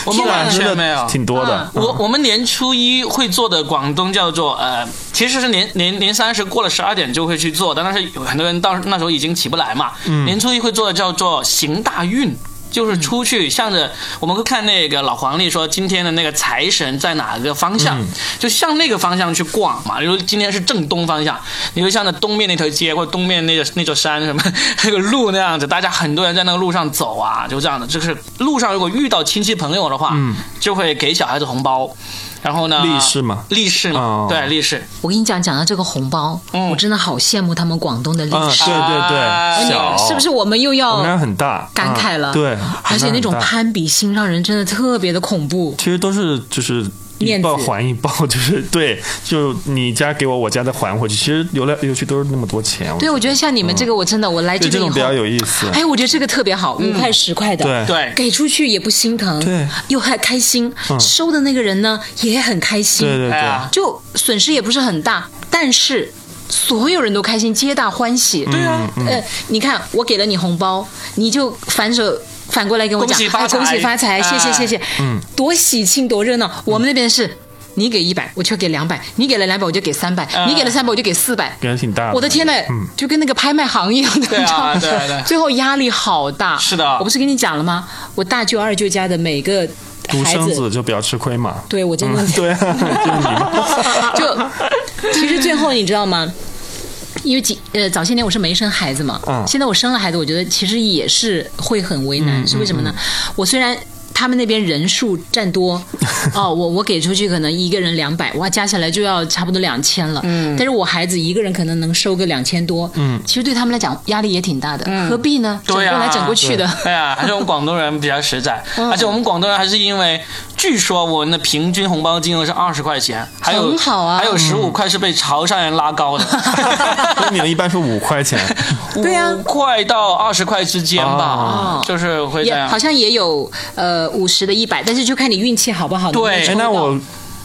S1: 我们完全没有。
S3: 挺多的。
S2: 嗯
S1: 我我们年初一会做的广东叫做呃，其实是年年年三十过了十二点就会去做，但但是有很多人到那时候已经起不来嘛。年初一会做的叫做行大运。就是出去向着，我们会看那个老黄历说今天的那个财神在哪个方向，
S3: 嗯
S1: 就向那个方向去逛嘛。比如今天是正东方向，你就向着东面那条街或者东面那个那座山什么 那个路那样子，大家很多人在那个路上走啊，就这样的。就是路上如果遇到亲戚朋友的话，就会给小孩子红包。然后呢？
S3: 嗯立式吗
S1: 立式嘛，
S3: 哦
S1: 对，立 式。
S2: 我跟你讲，讲到这个红包，
S1: 嗯
S2: 我真的好羡慕他们广东的历
S3: 嗯，
S2: 史，
S3: 对对
S1: 啊
S3: 对，小
S2: 是不是？？我们又
S3: 我们那儿
S2: 要
S3: 很大，
S2: 感慨了？
S3: 嗯对，
S2: 而且那种
S3: 我们那儿很大
S2: 攀比心让人真的特别的恐怖。
S3: 其实都是就是。一
S2: 面子
S3: 报还一报，就是 对，就你家给我，我家再还回去。其实游来游去都是那么多钱，
S2: 对，我觉得像你们这个，我真的我来
S3: 对
S2: 这
S3: 这
S2: 边以后
S3: 种比，较有意思。嗯
S2: 哎，我觉得这个特别好，五块十块的，
S3: 对
S1: 对
S2: 给出去也不心疼，
S3: 对，
S2: 又还开心，
S3: 嗯
S2: 收的那个人呢也很开心，
S3: 对对
S1: 哎呀
S3: 对，
S2: 就损失也不是很大，但是所有人都开心，皆大欢喜。
S1: 对啊，
S3: 嗯
S2: 呃，你看我给了你红包，你就反手反过来跟我讲，
S1: 恭喜发
S2: 啊
S1: 财
S2: 恭喜发财，谢谢
S1: 哎
S2: 谢谢，嗯，多喜庆多热闹。我们那边是。你给一百，我就给两百；你给了两百，我就给三百、
S1: 嗯
S2: 你给了三百，我就给四百。
S3: 感觉挺大的。
S2: 我的天呐，
S3: 嗯，
S2: 就跟那个拍卖行一样的，
S1: 对啊
S2: 你知道吗
S1: 对啊对啊
S2: 最后压力好大。
S1: 是的
S2: 我不是跟你讲了吗？我大舅、二舅家的每个
S3: 独
S2: 孩
S3: 生
S2: 子，
S3: 子就比较吃 亏嘛。
S2: 对我真的、
S3: 嗯，对啊，就是 你嘛。
S2: 就其实最后你知道吗？因为几呃早些年我是没生孩子嘛，
S3: 嗯
S2: 现在我生了孩子，我觉得其实也是会很为难，是为什么呢？我虽然。他们那边人数占多，哦，我我给出去可能一个人两百，哇，加起来就要差不多两千了。嗯，但是我孩子一个人可能能收个两千多，嗯，其实对他们来讲压力也挺大的，何必呢？整过
S1: 对啊
S2: 来整过去的，
S1: 哎呀，还是我们广东人比较实 在，
S2: 嗯
S1: 而且我们广东人还是因为，据说我们的平均红包金额是二十块钱，还有
S2: 很好啊
S1: 还有十五块是被潮汕人拉高的，
S3: 所以你们一般是五块钱，
S2: 对啊
S1: 五块到二十块之间吧
S3: 哦，
S1: 就是会这
S2: 也
S1: 样
S2: 好。像也有呃五十的、一百，但是就看你运气好不好。能不能
S1: 对
S3: 哎，
S2: 抽
S3: 那
S2: 到
S3: 我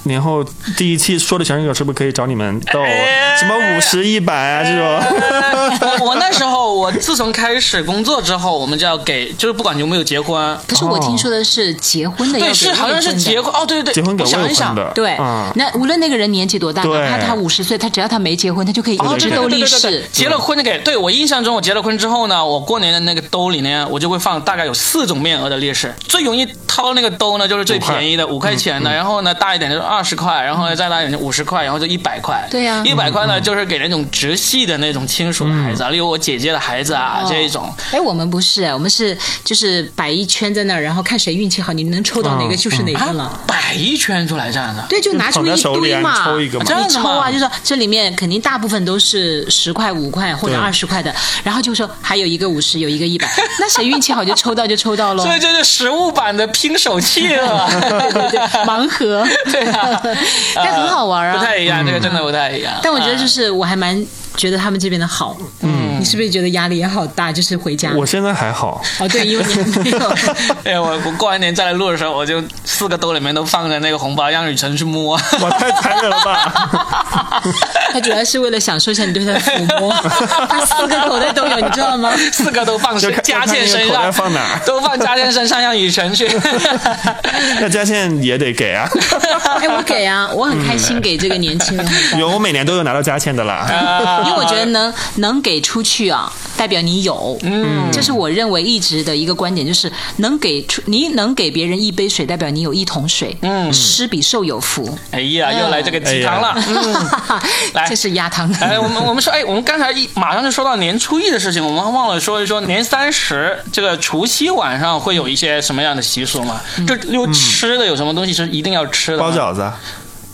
S3: 年后第一期说的全是狗，是不是可以找你们到
S1: 哎
S3: 什么五十、一百啊这种？
S1: 我我那时候，我自从开始工作之后，我们就要给，就是不管有没有结婚，
S2: 可是我听说
S3: 哦
S2: 的是结婚的，要
S1: 对，
S2: 给
S1: 是
S2: 未
S1: 好像是
S2: 婚的
S1: 结。婚哦，对对对，
S3: 结婚给
S1: 我
S3: 未
S1: 想一想
S3: 婚，的，
S2: 对
S3: 嗯，，
S2: 那无论那个人年纪多大，
S3: 对
S2: 哪怕他五十岁，他只要他没结婚，他就可以
S1: 哦，
S2: 一
S1: 对
S2: 直
S1: 对
S2: 兜
S1: 对
S2: 利
S1: 对对
S2: 是
S1: 对，。结了婚就给。对我印象中，我结了婚之后呢，我过年的那个兜里呢，我就会放大概有四种面额的利是。最容易掏那个兜呢，就是最便
S3: 嗯
S1: 宜的五块钱的，然后呢大一点就是二十块，然后呢再大一点就五十块，然后就一百块。
S2: 对呀
S1: 一百块
S3: 嗯
S1: 呢就是给那种直系的那种亲属的孩子啊，例如我姐姐的孩子啊
S2: 哦
S1: 这一种。
S2: 哎，我们不是，我们是就是摆一圈在那儿，然后看谁运气好，你能抽到哪个
S3: 嗯
S2: 就是哪个
S1: 啊
S2: 了。，
S1: 摆一圈出来这样的。
S2: 对，就拿出
S3: 捧在
S2: 一
S3: 手里
S2: 堆
S3: 啊
S2: 嘛，
S3: 你抽一个嘛
S2: 你
S1: 这样子
S2: 抽
S1: 吗
S2: 啊，就说这里面肯定大部分都是十块、五块或者
S3: 对
S2: 二十块的，然后就说还有一个五十，有一个一百，那谁运气好就抽到就抽 到喽。
S1: 所以这是实物版的拼手气了，
S2: 哦 对对盲盒，，
S1: 对啊 呃
S2: 但很好玩啊，
S1: 不太一样，这个真的不太一样。啊
S2: 但我觉得就是我还蛮觉得他们这边的好，嗯，你是不是觉得压力也好大？就是回家，
S3: 我现在还好，
S2: 哦对，因为你还没有，
S1: 哎，我我过完年再来录的时候，我就四个兜里面都放着那个红包，让雨辰去摸。
S3: 我太残忍了吧？
S2: 他主要是为了享受一下你对他的 抚摸，他四个口袋都有，你知道吗？
S1: 四个都放
S3: 就
S1: 身
S3: 看
S1: 佳倩身
S3: 就看那个口袋
S1: 上，
S3: 放哪儿
S1: 都放佳倩身上，让雨辰 去。
S3: 那嘉倩也得给啊，
S2: 哎，我给啊，我很开心给这个年轻人红包。
S3: 有我每年都有拿到嘉倩的啦。
S1: 啊
S2: 因为我觉得能能给出去啊，代表你有，嗯，这是我认为一直的一个观点，就是能给出你能给别人一杯水，代表你有一桶水，嗯，施比受有福，
S1: 哎呀，又来这个鸡
S3: 哎
S1: 汤了。 嗯，来
S2: 这是鸭汤。
S1: 哎，我们我们说，哎，我们刚才一马上就说到年初一的事情，我们忘了说一说年三十这个除夕晚上会有一些什么样的习俗嘛？就
S3: 嗯
S1: 又吃的有什么东西是一定要吃的吗？
S3: 包饺子，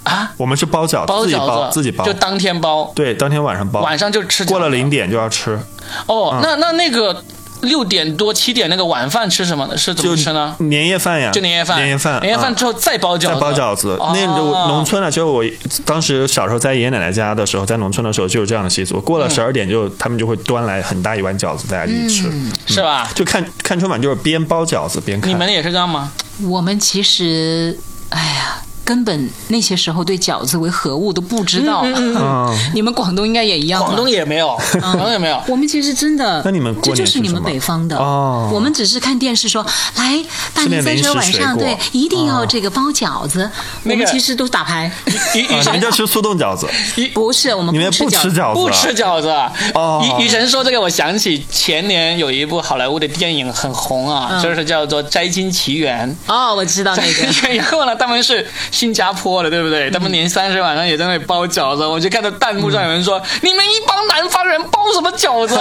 S1: 啊，
S3: 我们是包饺
S1: 包
S3: 子，自己
S1: 饺
S3: 包
S1: 子
S3: 自己包
S1: 就，当天包，
S3: 对，当天晚上包，
S1: 晚上就吃饺子。
S3: 过了零点就要吃，嗯
S1: 哦，那那那个六点多七点那个晚饭吃什么呢？是怎
S3: 就
S1: 么吃呢？
S3: 年夜饭呀，
S1: 就年夜饭，
S3: 年夜饭，
S1: 年夜
S3: 嗯
S1: 饭之后再包饺
S3: 在
S1: 子，
S3: 包饺子。那
S1: 哦
S3: 我农村啊，就我当时小时候在爷爷奶奶家的时候，在农村的时候就有这样的习俗。过
S2: 嗯
S3: 了十二点就，他们就会端来很大一碗饺子，大家一起吃。
S2: 嗯
S1: 是吧？
S3: 就看看春晚，就是边包饺子边看。
S1: 你们也是这样吗？
S2: 我们其实，哎呀，根本那些时候对饺子为何物都不知道。
S3: 嗯，
S2: 你们广东应该也一样吧。
S1: 广东也没有，嗯广东也没有。
S2: 我们其实真的，
S3: 那你们过
S2: 这
S3: 年
S2: 就是
S3: 吃
S2: 你
S3: 什
S2: 们
S3: 么
S2: 北方的
S3: 哦
S2: 我们只是看电视说，来大
S3: 吃
S2: 年
S3: 点
S2: 三
S3: 零
S2: 十
S3: 食
S2: 晚
S3: 水
S2: 上，
S3: 果
S2: 对，一定要这个包饺子。我
S1: 那
S2: 们
S1: 个
S2: 其实都是打牌，
S1: 雨雨
S3: 啊你们
S1: 辰
S3: 就吃速冻饺子，
S2: 不是我们
S3: 你们
S2: 吃
S3: 不
S2: 饺
S3: 吃饺子，啊
S1: 不吃。饺子。
S3: 哦
S1: 雨雨辰说这个，我想起前年有一部好莱坞的电影很红啊，
S2: 嗯
S1: 就是叫做《摘金奇缘》。
S2: 哦，我知道那个。嗯
S1: 然后呢，他们是新加坡的，对不对？他们年三十晚上也在那里包饺子，我就看到弹幕上有人
S2: 嗯
S1: 说：“你们一帮南方人包什么饺子？”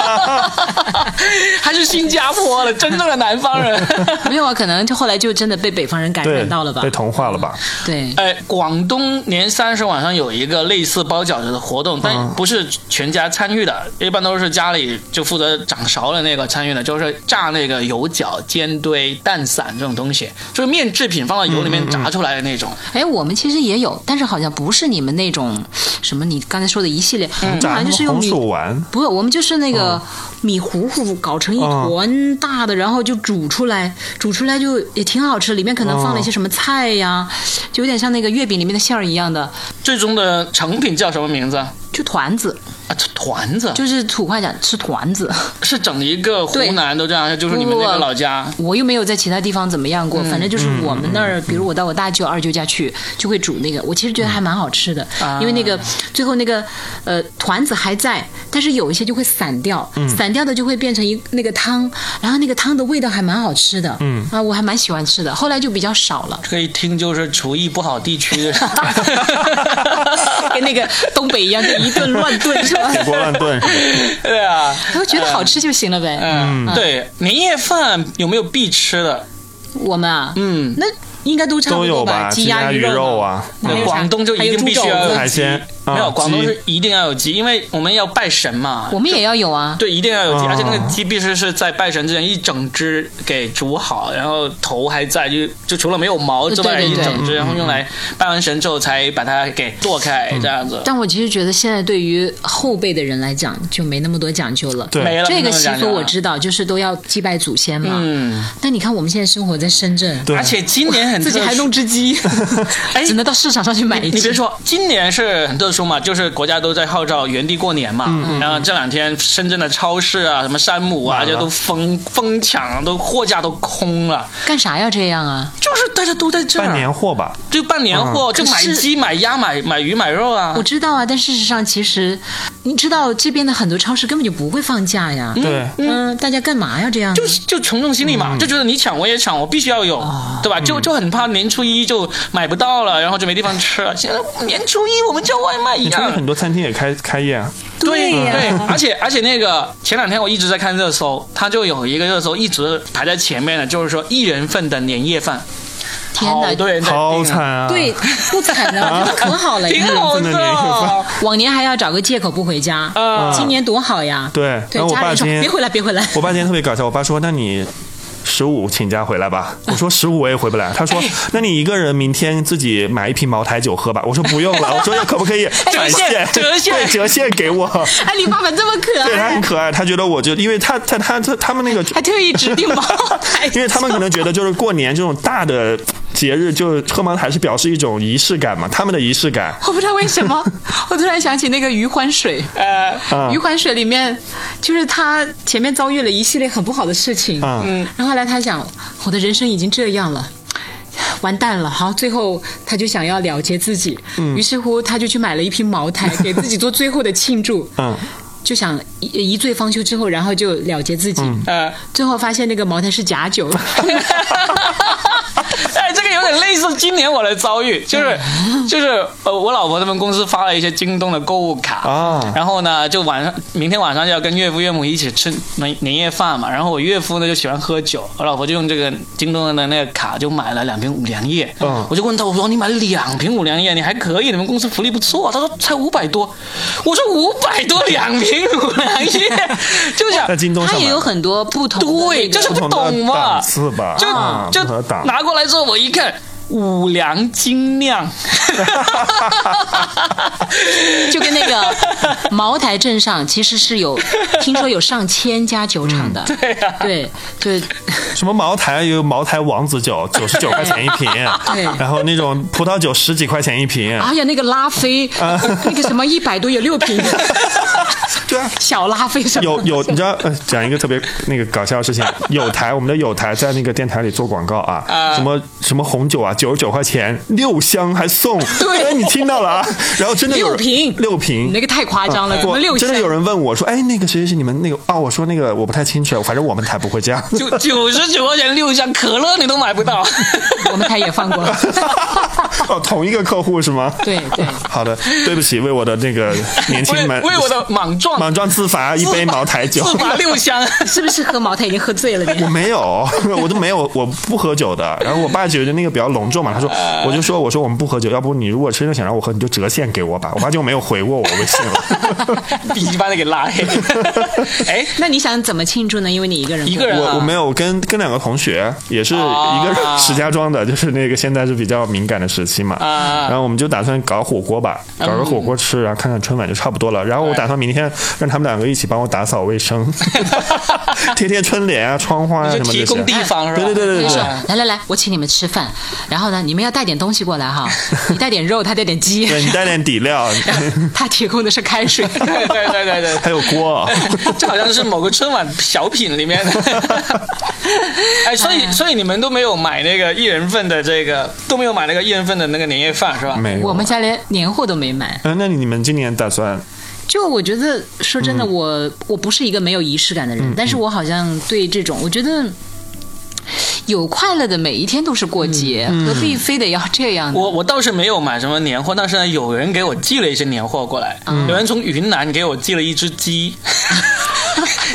S1: 还是新加坡的真正的南方人。
S2: 没有啊，可能就后来就真的被北方人感
S3: 对
S2: 哎染到了吧嗯
S3: 被？同化了吧？
S2: 对，
S1: 哎，广东年三十晚上有一个类似包饺子的活动，但不是全家参与的，一般都是家里就负责掌勺的那个参与的，就是炸那个油角、煎堆、蛋散这种东西，就是面制品放到油里面炸出来的那种。
S2: 哎，我们其实也有，但是好像不是你们那种什么你刚才说的一系列，我们好
S3: 炸
S2: 像
S3: 什
S2: 就是
S3: 么
S2: 用
S3: 嗯红
S2: 米
S3: 薯嗯丸，
S2: 不是，我们就是那个米糊糊搞成一团大的，然后就煮出来，
S3: 嗯
S2: 煮出来就也挺好吃，里面可能放了一些什么
S3: 嗯
S2: 菜呀，就有点像那个月饼里面的馅儿一样的，
S1: 最终的成品叫什么名字？
S2: 就团子，
S1: 啊，这团子
S2: 就是土话讲吃团子。
S1: 是整一个湖南都这样，就是你们那个老家。
S2: 啊我又没有在其他地方怎么样
S3: 嗯
S2: 过，反正就是我们那儿，比如我到我大舅、二舅家去，就会煮那个。我其实
S3: 嗯
S2: 觉得还蛮好吃的，
S1: 啊，
S2: 因为那个最后那个呃团子还在，但是有一些就会散掉，
S3: 嗯
S2: 散掉的就会变成一那个汤，然后那个汤的味道还蛮好吃的，嗯啊，我还蛮喜欢吃的。后来就比较少 了
S1: 这一听就是厨艺不好地区的。
S2: 跟那个东北一样，就一顿乱炖是 吧？
S3: 铁锅乱炖是吧？
S1: 对啊，
S2: 我觉得好吃就行了呗。
S1: 嗯，对，年夜饭有没有必吃的？
S2: 我们啊，
S1: 嗯，
S2: 那应该都差不
S3: 都有
S2: 多
S3: 吧，
S2: 鸡
S3: 鸡鸭
S2: 鱼
S3: 鱼肉
S2: 嘛。
S3: 啊，
S2: 还有啥
S1: 广东就一定必须要
S2: 还有
S1: 有
S2: 猪肘
S1: 鸡
S2: 子
S3: 海鲜
S1: 没有，
S3: 啊
S1: 广东
S3: 鸡
S1: 是一定要有鸡，因为我们要拜神嘛。
S2: 我们也要有啊，
S1: 对，一定要有鸡，
S3: 啊
S1: 而且那个鸡必须是在拜神之前一整只给煮好，然后头还在，就就除了没有毛之外
S2: 对对
S1: 一
S2: 对
S1: 整只，
S3: 嗯
S1: 然后用来拜完神之后才把它给剁开，这样子。
S2: 但我其实觉得现在对于后辈的人来讲，就没那么多讲究了。
S3: 对
S1: 没了
S2: 这个
S1: 那种
S2: 习
S1: 感
S2: 俗
S1: 觉
S2: 我知道，就是都要祭拜祖先嘛。
S1: 嗯，
S2: 但你看我们现在生活在深圳，
S3: 对
S1: 而且今年很
S2: 自己
S1: 特
S2: 还
S1: 殊
S2: 弄只鸡，
S1: 哎
S2: 只能到市场上去买一
S1: 你别
S2: 只。
S1: 说，今年是很特殊嘛，就是国家都在号召原地过年嘛。然后这两天深圳的超市啊，什么山姆啊，
S3: 满了
S1: 这都疯疯抢，都货架都空了，
S2: 干啥要这样啊？
S1: 就是大家都在这儿
S3: 办年货吧，
S1: 就办年货，就买
S2: 可是
S1: 鸡、买鸭、买买鱼、买肉啊
S2: 我。知道啊，但事实上其实，你知道这边的很多超市根本就不会放假呀。
S3: 对。
S2: 嗯，大家干嘛要这样呢？啊
S1: 就是就从众心理嘛，就觉得你抢我也抢，我必须要有，对吧？就就很怕年初一就买不到了，然后就没地方吃了。现在年初一我们叫外卖一
S3: 你
S1: 样
S3: 看，很多餐厅也开开业啊，
S1: 对
S2: 对呀
S1: 而且而且那个前两天我一直在看热搜，它就有一个热搜一直排在前面的，就是说一人份的年夜饭，
S2: 天哪
S1: 好多人在
S3: 好
S1: 订
S3: 惨
S1: 啊，
S3: 啊！
S2: 对，不惨 啊，这可好了
S1: 挺
S2: 呀。
S1: 好的
S3: 年夜饭
S2: 往年还要找个借口不回家，
S1: 啊
S2: 今年多好呀！
S3: 对
S2: 对
S3: 然后，我
S2: 家
S3: 爸
S2: 人说
S3: 今天
S2: 别回来，别回来。
S3: 我爸今天特别搞笑，我爸说：“那你十五请假回来吧。”我说：“十五我也回不来。”他说：“
S2: 哎
S3: 那你一个人明天自己买一瓶茅台酒喝吧。”我说：“不用了。”我说：“可不可以展现
S1: 折现
S3: 对折现给我
S2: 哎，你爸爸这么可？”
S3: 对他
S2: 爱
S3: 很，可爱，他觉得我就因为他他他他他们那个。
S2: 还特意指定茅台
S3: 因为他们可能觉得就是过年这种大的节日，就是喝茅台是表示一种仪式感嘛，他们的仪式感。
S2: 我不知道为什 么，我突然想起那个余欢水。
S1: 呃，
S3: 啊
S2: 余欢水里面，就是他前面遭遇了一系列很不好的事情，
S3: 啊
S2: 嗯，然后后来他想，我的人生已经这样了。完蛋了，好，最后他就想要了结自己，
S3: 嗯
S2: 于是乎他就去买了一瓶茅台，给自己做最后的庆 祝，
S3: 嗯，
S2: 就想一一醉方休之后，然后就了结自己，
S3: 嗯
S1: 呃，
S2: 最后发现那个茅台是假 酒，
S1: 哎，这个有点类似今年我的遭遇，就是
S3: 嗯
S1: 就是呃，我老婆他们公司发了一些京东的购物卡
S3: 啊
S1: 然后呢，就晚上明天晚上就要跟岳父岳母一起吃年年夜饭嘛，然后我岳父呢就喜欢喝酒，我老婆就用这个京东的那个卡就买了两瓶五粮液，
S3: 嗯
S1: 我就问他我说你买两瓶五粮液你还可以，你们公司福利不错，啊他说才五百多，我说五百多两瓶五粮液，就想
S3: 在京东
S2: 他
S3: 上
S2: 也
S3: 买
S2: 有很多不同的那个
S1: 对就是
S3: 不同的
S1: 懂嘛
S3: 档次吧，
S1: 就、
S3: 啊
S1: 就
S3: 不同的档
S1: 拿过来之后，我一看。五粮精 酿，
S2: 就跟那个茅台镇上其实是有，听说有上千家酒厂的，对
S1: 呀
S2: 对，就
S3: 什么茅台有茅台王子酒，九十九块钱一瓶，
S2: 对
S3: 然后那种葡萄酒十几块钱一瓶，
S2: 哎呀，那个拉菲，那个什么一百多有六瓶，
S3: 对啊。
S2: 小拉菲 什么
S3: 有有，你知道，呃，讲一个特别那个搞笑的事情，有台我们的有台在那个电台里做广告啊，什么什么红酒啊，九十九块钱六箱还送，
S2: 对
S3: 哎，你听到了 啊？然后真的有
S2: 六
S3: 人
S2: 瓶
S3: 六瓶
S2: 你，那个太夸张了，
S3: 啊
S2: 怎么
S3: 我
S2: 六箱
S3: 真的有人问我说，哎，那个谁谁谁，你们那个啊？我说那个我不太清楚，反正我们台不会这样。
S1: 九九十九块钱六箱可乐你都买不到，
S2: 我们台也放过，
S3: 哦，同一个客户是吗？
S2: 对对
S3: 好的，对不起，为我的那个年轻
S1: 为
S3: 们，
S1: 为我的莽撞
S3: 莽撞自罚一杯茅台酒。
S1: 自罚六箱，
S2: 是不是喝茅台已经喝醉了？你
S3: 我没有， 我都没有，我不喝酒的。然后我爸觉得那个比较隆重嘛，他 说，
S1: 呃
S3: 我就说，我说我们不喝酒，要不你如果真的想让我喝，你就折现给我吧。我爸就没有回过我微信 了。
S1: 笔记把你给拉 黑。哎，
S2: 那你想怎么庆祝呢？因为你一个人过，
S1: 一个人、啊、
S3: 我我没有跟跟两个同学，也是一个
S1: 啊
S3: 是石家庄的，就是那个现在是比较敏感的时期嘛。
S1: 啊嗯
S3: 然后我们就打算搞火锅吧，搞个火锅吃，然后看看春晚就差不多了。然后我打算明天让他们两个一起帮我打扫 卫生，贴贴春联啊、窗花啊
S1: 就
S3: 什么
S1: 提
S3: 这
S1: 供地
S3: 些。
S1: 方是吧？
S3: 对对对
S2: 就
S3: 对对
S2: 是
S3: 对
S2: 来来来，我请你们吃饭，然后呢，你们要带点东西过来哈，你带点肉，他带点鸡，
S3: 对你带点底料，
S2: 他提供的是开水。
S1: 对对对 对对，
S3: 还有锅啊，
S1: 这好像是某个春晚小品里面 的。哎，所以所以你们都没有买那个一人份的这个，都没有买那个一人份的那个年夜饭是吧？
S3: 没有。
S2: 我们家连年货都没买，
S3: 嗯，那你们今年打算
S2: 就我觉得说真的，
S3: 嗯
S2: 我我不是一个没有仪式感的人，但是我好像对这种，我觉得有快乐的每一天都是过节，
S3: 嗯
S2: 何必非得要这样呢？
S1: 我我倒是没有买什么年货，但是呢，有人给我寄了一些年货过来，
S2: 嗯
S1: 有人从云南给我寄了一只鸡。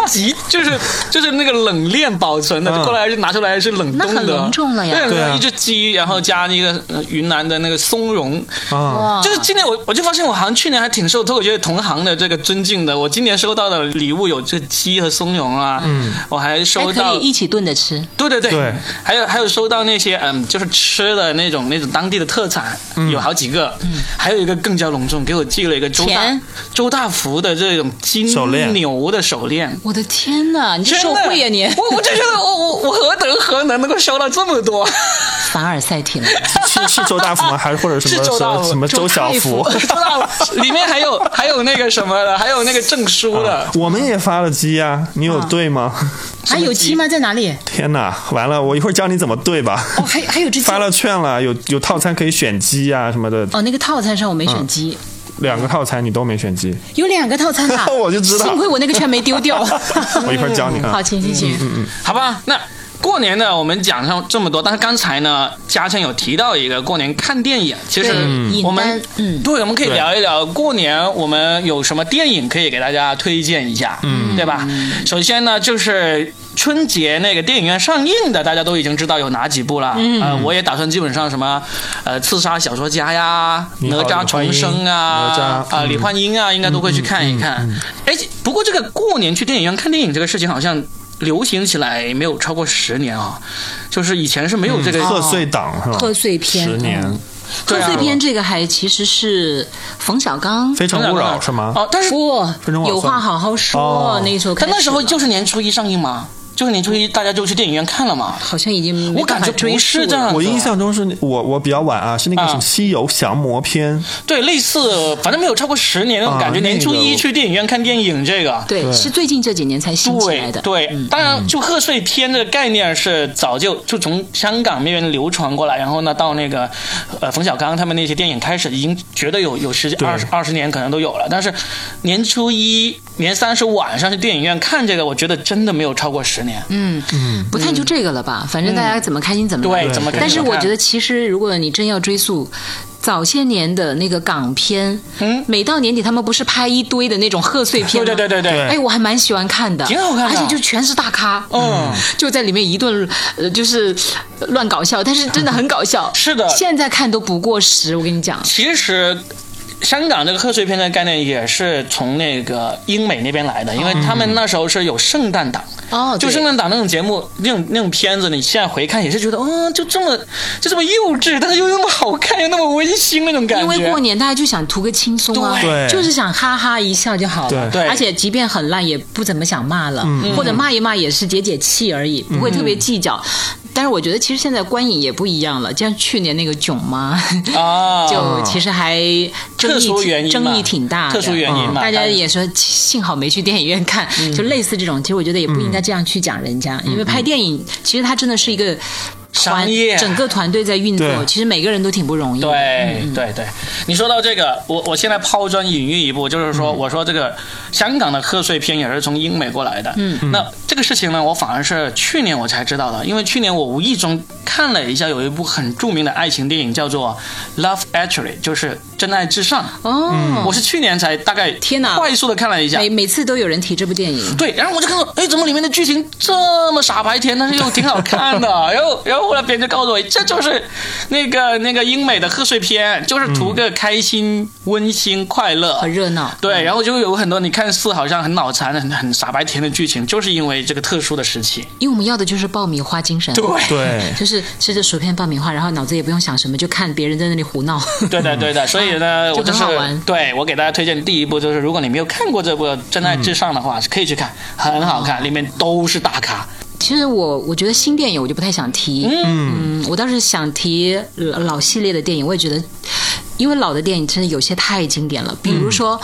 S1: 急就是就是那个冷链保存的，
S3: 嗯
S1: 过来就拿出来是冷
S2: 那
S1: 冻
S2: 很
S1: 的，
S2: 隆重了呀
S1: 对
S3: 对啊
S1: 一只鸡，然后加那个呃云南的那个松茸，
S3: 啊？
S2: 哇
S1: 就是今年我我就发现我好像去年还挺受脱口秀同行的这个尊敬的，我今年收到的礼物有这个鸡和松茸啊，嗯，我还
S2: 还
S1: 收
S2: 可
S1: 到
S2: 以一起炖着吃，
S1: 对对对，
S3: 对
S1: 还有还有收到那些嗯，就是吃的那种那种当地的特产，有好几个，还有一个更加隆重，给我寄了一个周大
S2: 嗯钱
S1: 周大福的这种金
S3: 手链
S1: 牛的手链。
S2: 我的天哪，你这受贿呀你
S1: 真！的我我就觉得我我我何德何能能够收到这么多？
S2: 凡尔赛体了，
S3: 是是周大福吗？还是或者什 么
S1: 是周
S3: 什
S1: 大福
S3: 么什么周小福？
S1: 知道了，里面还有还有那个什么的，还有那个证书 的。啊
S3: 我们也发了鸡呀、你有对吗？
S2: 还有鸡吗？在哪里？
S3: 天哪，完了，我一会儿教你怎么对吧。
S2: 哦，还还有只鸡
S3: 发了券了，有有套餐可以选鸡呀、什么的，
S2: 哦，那个套餐上我没
S3: 嗯
S2: 选鸡，
S3: 两个套餐你都没选鸡，，
S2: 有两个套餐啊
S3: 我就知道
S2: 幸亏我那个券没丢掉。
S3: 我一会儿教你啊
S2: 好，。请请请。
S1: 好吧，那过年呢，我们讲上这么多，但是刚才呢，嘉诚有提到一个过年看电影，其实
S2: 对嗯
S1: 我
S2: 影
S1: 们
S2: 单嗯
S1: 对，我们可以
S3: 对
S1: 聊一聊过年我们有什么电影可以给大家推荐一下，嗯，对吧？首先呢，就是。春节那个电影院上映的，大家都已经知道有哪几部了。嗯、呃，我也打算基本上什么，呃，刺杀小说家呀，
S3: 你
S1: 哪
S3: 好
S1: 吒重生啊，
S3: 哪吒
S1: 啊，
S3: 嗯
S1: 李焕英啊，应该都会去看一看。哎，不过这个过年去电影院看电影这个事情，好像流行起来没有超过十年啊、就是以前是没有这个。
S3: 嗯
S1: 啊
S3: 贺岁档是吧？
S2: 贺岁片
S3: 十年，
S2: 嗯贺
S1: 对啊
S2: 岁片这个还其实是冯小刚
S3: 非诚勿扰》是吗？
S1: 哦，但是
S2: 说
S3: 非诚勿扰
S2: 有话好好说
S3: 哦，
S2: 那时候开
S1: 但
S2: 始了，
S1: 那时候就是嗯年初一上映嘛，就是年初一大家就去电影院看了嘛。
S2: 好像已经没
S1: 我感
S2: 办法
S1: 觉
S2: 追
S1: 不
S2: 溯
S1: 是这样
S2: 了
S1: 子
S3: 我印象中是那我我比较晚啊，是那个什
S1: 嗯啊
S3: 么《西游降魔篇》
S1: 对，类似反正没有超过十年那种
S3: 啊
S1: 感觉。
S3: 那个
S1: 年初一去电影院看电影这个。
S2: 对，
S3: 对
S2: 是最近这几年才兴起来
S1: 对
S2: 的。
S1: 对，当
S3: 嗯
S1: 然，就贺岁片这个概念是早就就从香港那边流传过来，然后呢，到那个呃冯小刚他们那些电影开始，已经觉得有有十几
S3: 对
S1: 二十二十年可能都有了。但是年初一、年三十晚上去电影院看这个，我觉得真的没有超过十年。
S2: 嗯，不探究这个了吧，反正大家怎么开心怎么来。
S1: 嗯对，怎么看？
S2: 但是
S1: 怎么
S2: 我
S1: 看
S2: 觉得，其实如果你真要追溯。早些年的那个港片，
S1: 嗯
S2: 每到年底他们不是拍一堆的那种贺岁片
S1: 对
S2: 吗？
S1: 对对对对，
S2: 哎，我还蛮喜欢看的，
S1: 挺好看的
S2: 而且就全是大咖，
S1: 嗯，。
S2: 就在里面一顿呃，就是呃乱搞笑，但是真的很搞笑
S1: 是的
S2: 现在看都不过时，我跟你讲，
S1: 其实。香港这个贺岁片的概念也是从那个英美那边来的，因为他们那时候是有圣诞档，
S2: 哦，
S1: 就
S2: 对
S1: 圣诞档那种节目， 那种那种片子，你现在回看也是觉得，嗯，就这么就这么幼稚，但是又那么好看，又那么温馨那种感
S2: 因
S1: 觉。
S2: 为过年大家就想图个轻松啊，
S3: 对
S2: 就是想哈哈一笑就好了。
S1: 对对
S2: 而且即便很烂，也不怎么想骂了，或者骂一骂也是解解气而已，不会特别计较。但是我觉得其实现在观影也不一样了，像去年那个囧嘛，
S1: 啊，
S2: 就其实还争
S1: 特
S2: 议
S1: 殊原
S2: 挺
S1: 因
S2: 争
S1: 嘛
S2: 议挺大的，嗯
S1: 特殊原因嘛，嗯
S2: 大家也说，幸好没去电影院看，就类似这种，其实我觉得也不应该这样去讲人家，因为拍电影其实它真的是一个团
S1: 嗯商业
S2: 整个团队在运作，
S3: 对
S2: 其实每个人都挺不容易。
S1: 对
S2: 嗯
S1: 对对，你说到这个，我我现在抛砖引玉一步，就是
S2: 嗯
S1: 说，我说这个香港的贺岁片也是从英美过来的。嗯，那这个事情呢，我反而是去年我才知道的，因为去年我无意中看了一下，有一部很著名的爱情电影叫做《Love Actually》，就是《真爱至上》。我
S2: 哦，
S1: 是去年才大概
S2: 天哪
S1: 快速的看了一下
S2: 每。每次都有人提这部电影，
S1: 对，然后我就看到，哎，怎么里面的剧情这么傻白甜，但是又挺好看 的。然后，然后后来别人就告诉我，哎这就是那个那个英美的贺岁片，就是图个开心、温馨、快乐
S2: 很。热闹。
S1: 对，然后就有很多你看似好像很脑残、很很傻白甜的剧情，就是因为这个特殊的时期。
S2: 因为我们要的就是爆米花精神。
S3: 对，
S2: 就是吃着薯片爆米花，然后脑子也不用想什么，就看别人在那里胡闹。
S1: 对的，对的，所以呢，
S2: 嗯就
S1: 我就
S2: 很
S1: 是
S2: 好玩
S1: 对我给大家推荐第一部就是，如果你没有看过这部《真爱至上》的话，可以去看，很好
S2: 嗯
S1: 看，里面都是大咖。
S2: 其实我我觉得新电嗯影我就不太想提，嗯，我倒是想提呃老系列的电影，我也觉得因为老的电影真的有些太经典了，比如说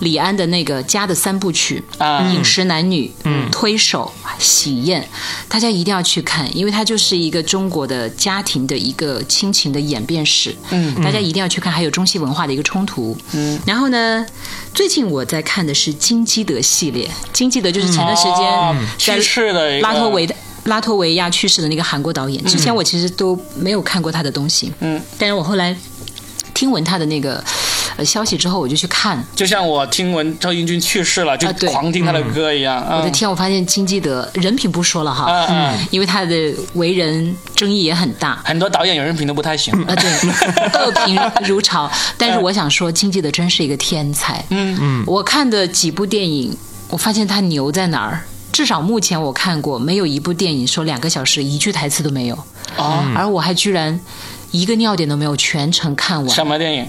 S2: 李安的那个《家的三部曲》
S1: 啊
S2: 饮食男女》、嗯，推手、喜宴，大家一定要去看，因为它就是一个中国的家庭的一个亲情的演变史。嗯，大家一定要去看，还有中西文化的一个冲突。嗯，然后呢，最近我在看的是金基德系列，金基德就是前段时间
S1: 哦
S2: 在
S1: 去世的一个
S2: 拉脱维的。拉脱维亚去世的那个韩国导演，之前我其实都没有看过他的东西，
S1: 嗯，
S2: 但是我后来听闻他的那个呃消息之后，我就去看，
S1: 就像我听闻赵英俊去世了，就
S2: 啊对
S1: 狂听他的歌一样。
S2: 我的
S1: 嗯
S2: 天，我发现金基德人品不说了哈，
S1: 嗯嗯，
S2: 因为他的为人争议也很大。
S1: 很多导演有人品都不太行。
S2: 啊， 对，恶评如潮。但是我想说，金基德真是一个天才。
S1: 嗯
S2: 嗯，我看的几部电影，我发现他牛在哪儿？至少目前我看过，没有一部电影说两个小时一句台词都没有。
S1: 哦，
S2: 而我还居然一个尿点都没有，全程看完。
S1: 什么电影？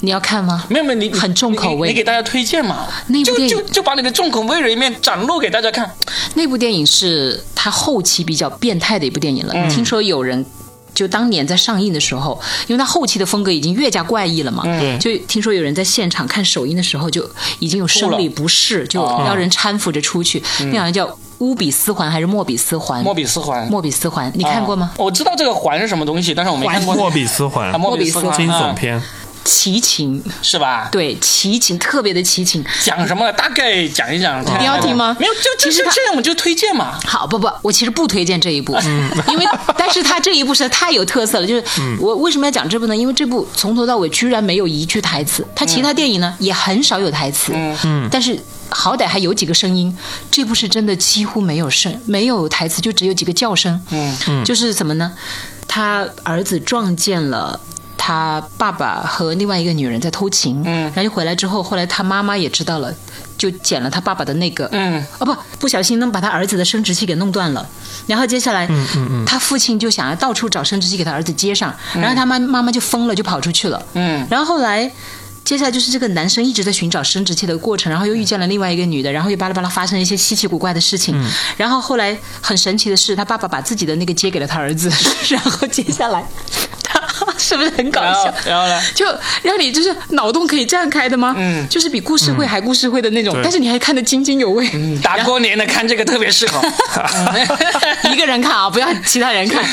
S2: 你要看吗？
S1: 没有没有，你
S2: 嗯很重口味
S1: 你你给大家推荐嘛？
S2: 那部
S1: 就
S2: 电影
S1: 就就把你的重口味的一面展露给大家看。
S2: 那部电影是他后期比较变态的一部电影了。听说有人就当年在上映的时候，因为他后期的风格已经越加怪异了嘛，
S3: 对
S2: 就听说有人在现场看首映的时候就已经有生理不适，就要人搀扶着出去。那好像叫乌比斯环还是莫比斯环？
S1: 莫比斯环，
S2: 莫比斯环，你
S1: 啊
S2: 看过吗？
S1: 我知道这个环是什么东西，但是我没看过。
S3: 莫比斯环
S1: 啊，莫比斯
S2: 莫比
S1: 环
S2: 斯
S3: 惊悚
S1: 嗯
S3: 片，
S2: 奇情，
S1: 是吧？
S2: 对，奇情特别的奇情。
S1: 讲什么了？大概讲一讲。
S2: 哦你要听吗
S1: 没有，就就
S2: 其实
S1: 是
S2: 他
S1: 这样，我们就推荐嘛。
S2: 好，不不，我其实不推荐这一部，因为但是他这一部实在太有特色了。就是我为什么要讲这部呢？因为这部从头到尾居然没有一句台词，他其他电影呢、也很少有台词，嗯，但是好歹还有几个声音，这部是真的几乎没有声，没有台词，就只有几个叫声，嗯嗯，就是什么呢？他儿子撞见了。他爸爸和另外一个女人在偷情，嗯，然后就回来之后，后来他妈妈也知道了，就剪了他爸爸的那个，
S1: 嗯，
S2: 哦不，不小心弄把他儿子的生殖器给弄断了，然后接下来，嗯嗯嗯，他父亲就想要到处找生殖器给他儿子接上，然后他妈妈妈就疯了，就跑出去了，
S1: 嗯，
S2: 然后后来。接下来就是这个男生一直在寻找生殖器的过程，然后又遇见了另外一个女的，然后又巴拉巴拉发生了一些稀奇古怪的事情。然后后来很神奇的是，他爸爸把自己的那个接给了他儿子， 然后接下来他是不是很搞
S1: 然
S2: 笑
S1: 后？然后呢？
S2: 就让你就是脑洞可以这样开的吗？嗯，就是比故事会还故事会的那种，
S3: 对
S2: 但是你还看得津津有味。
S1: 打过年的看这个特别适合。
S2: 一个人看啊，不要其他人看。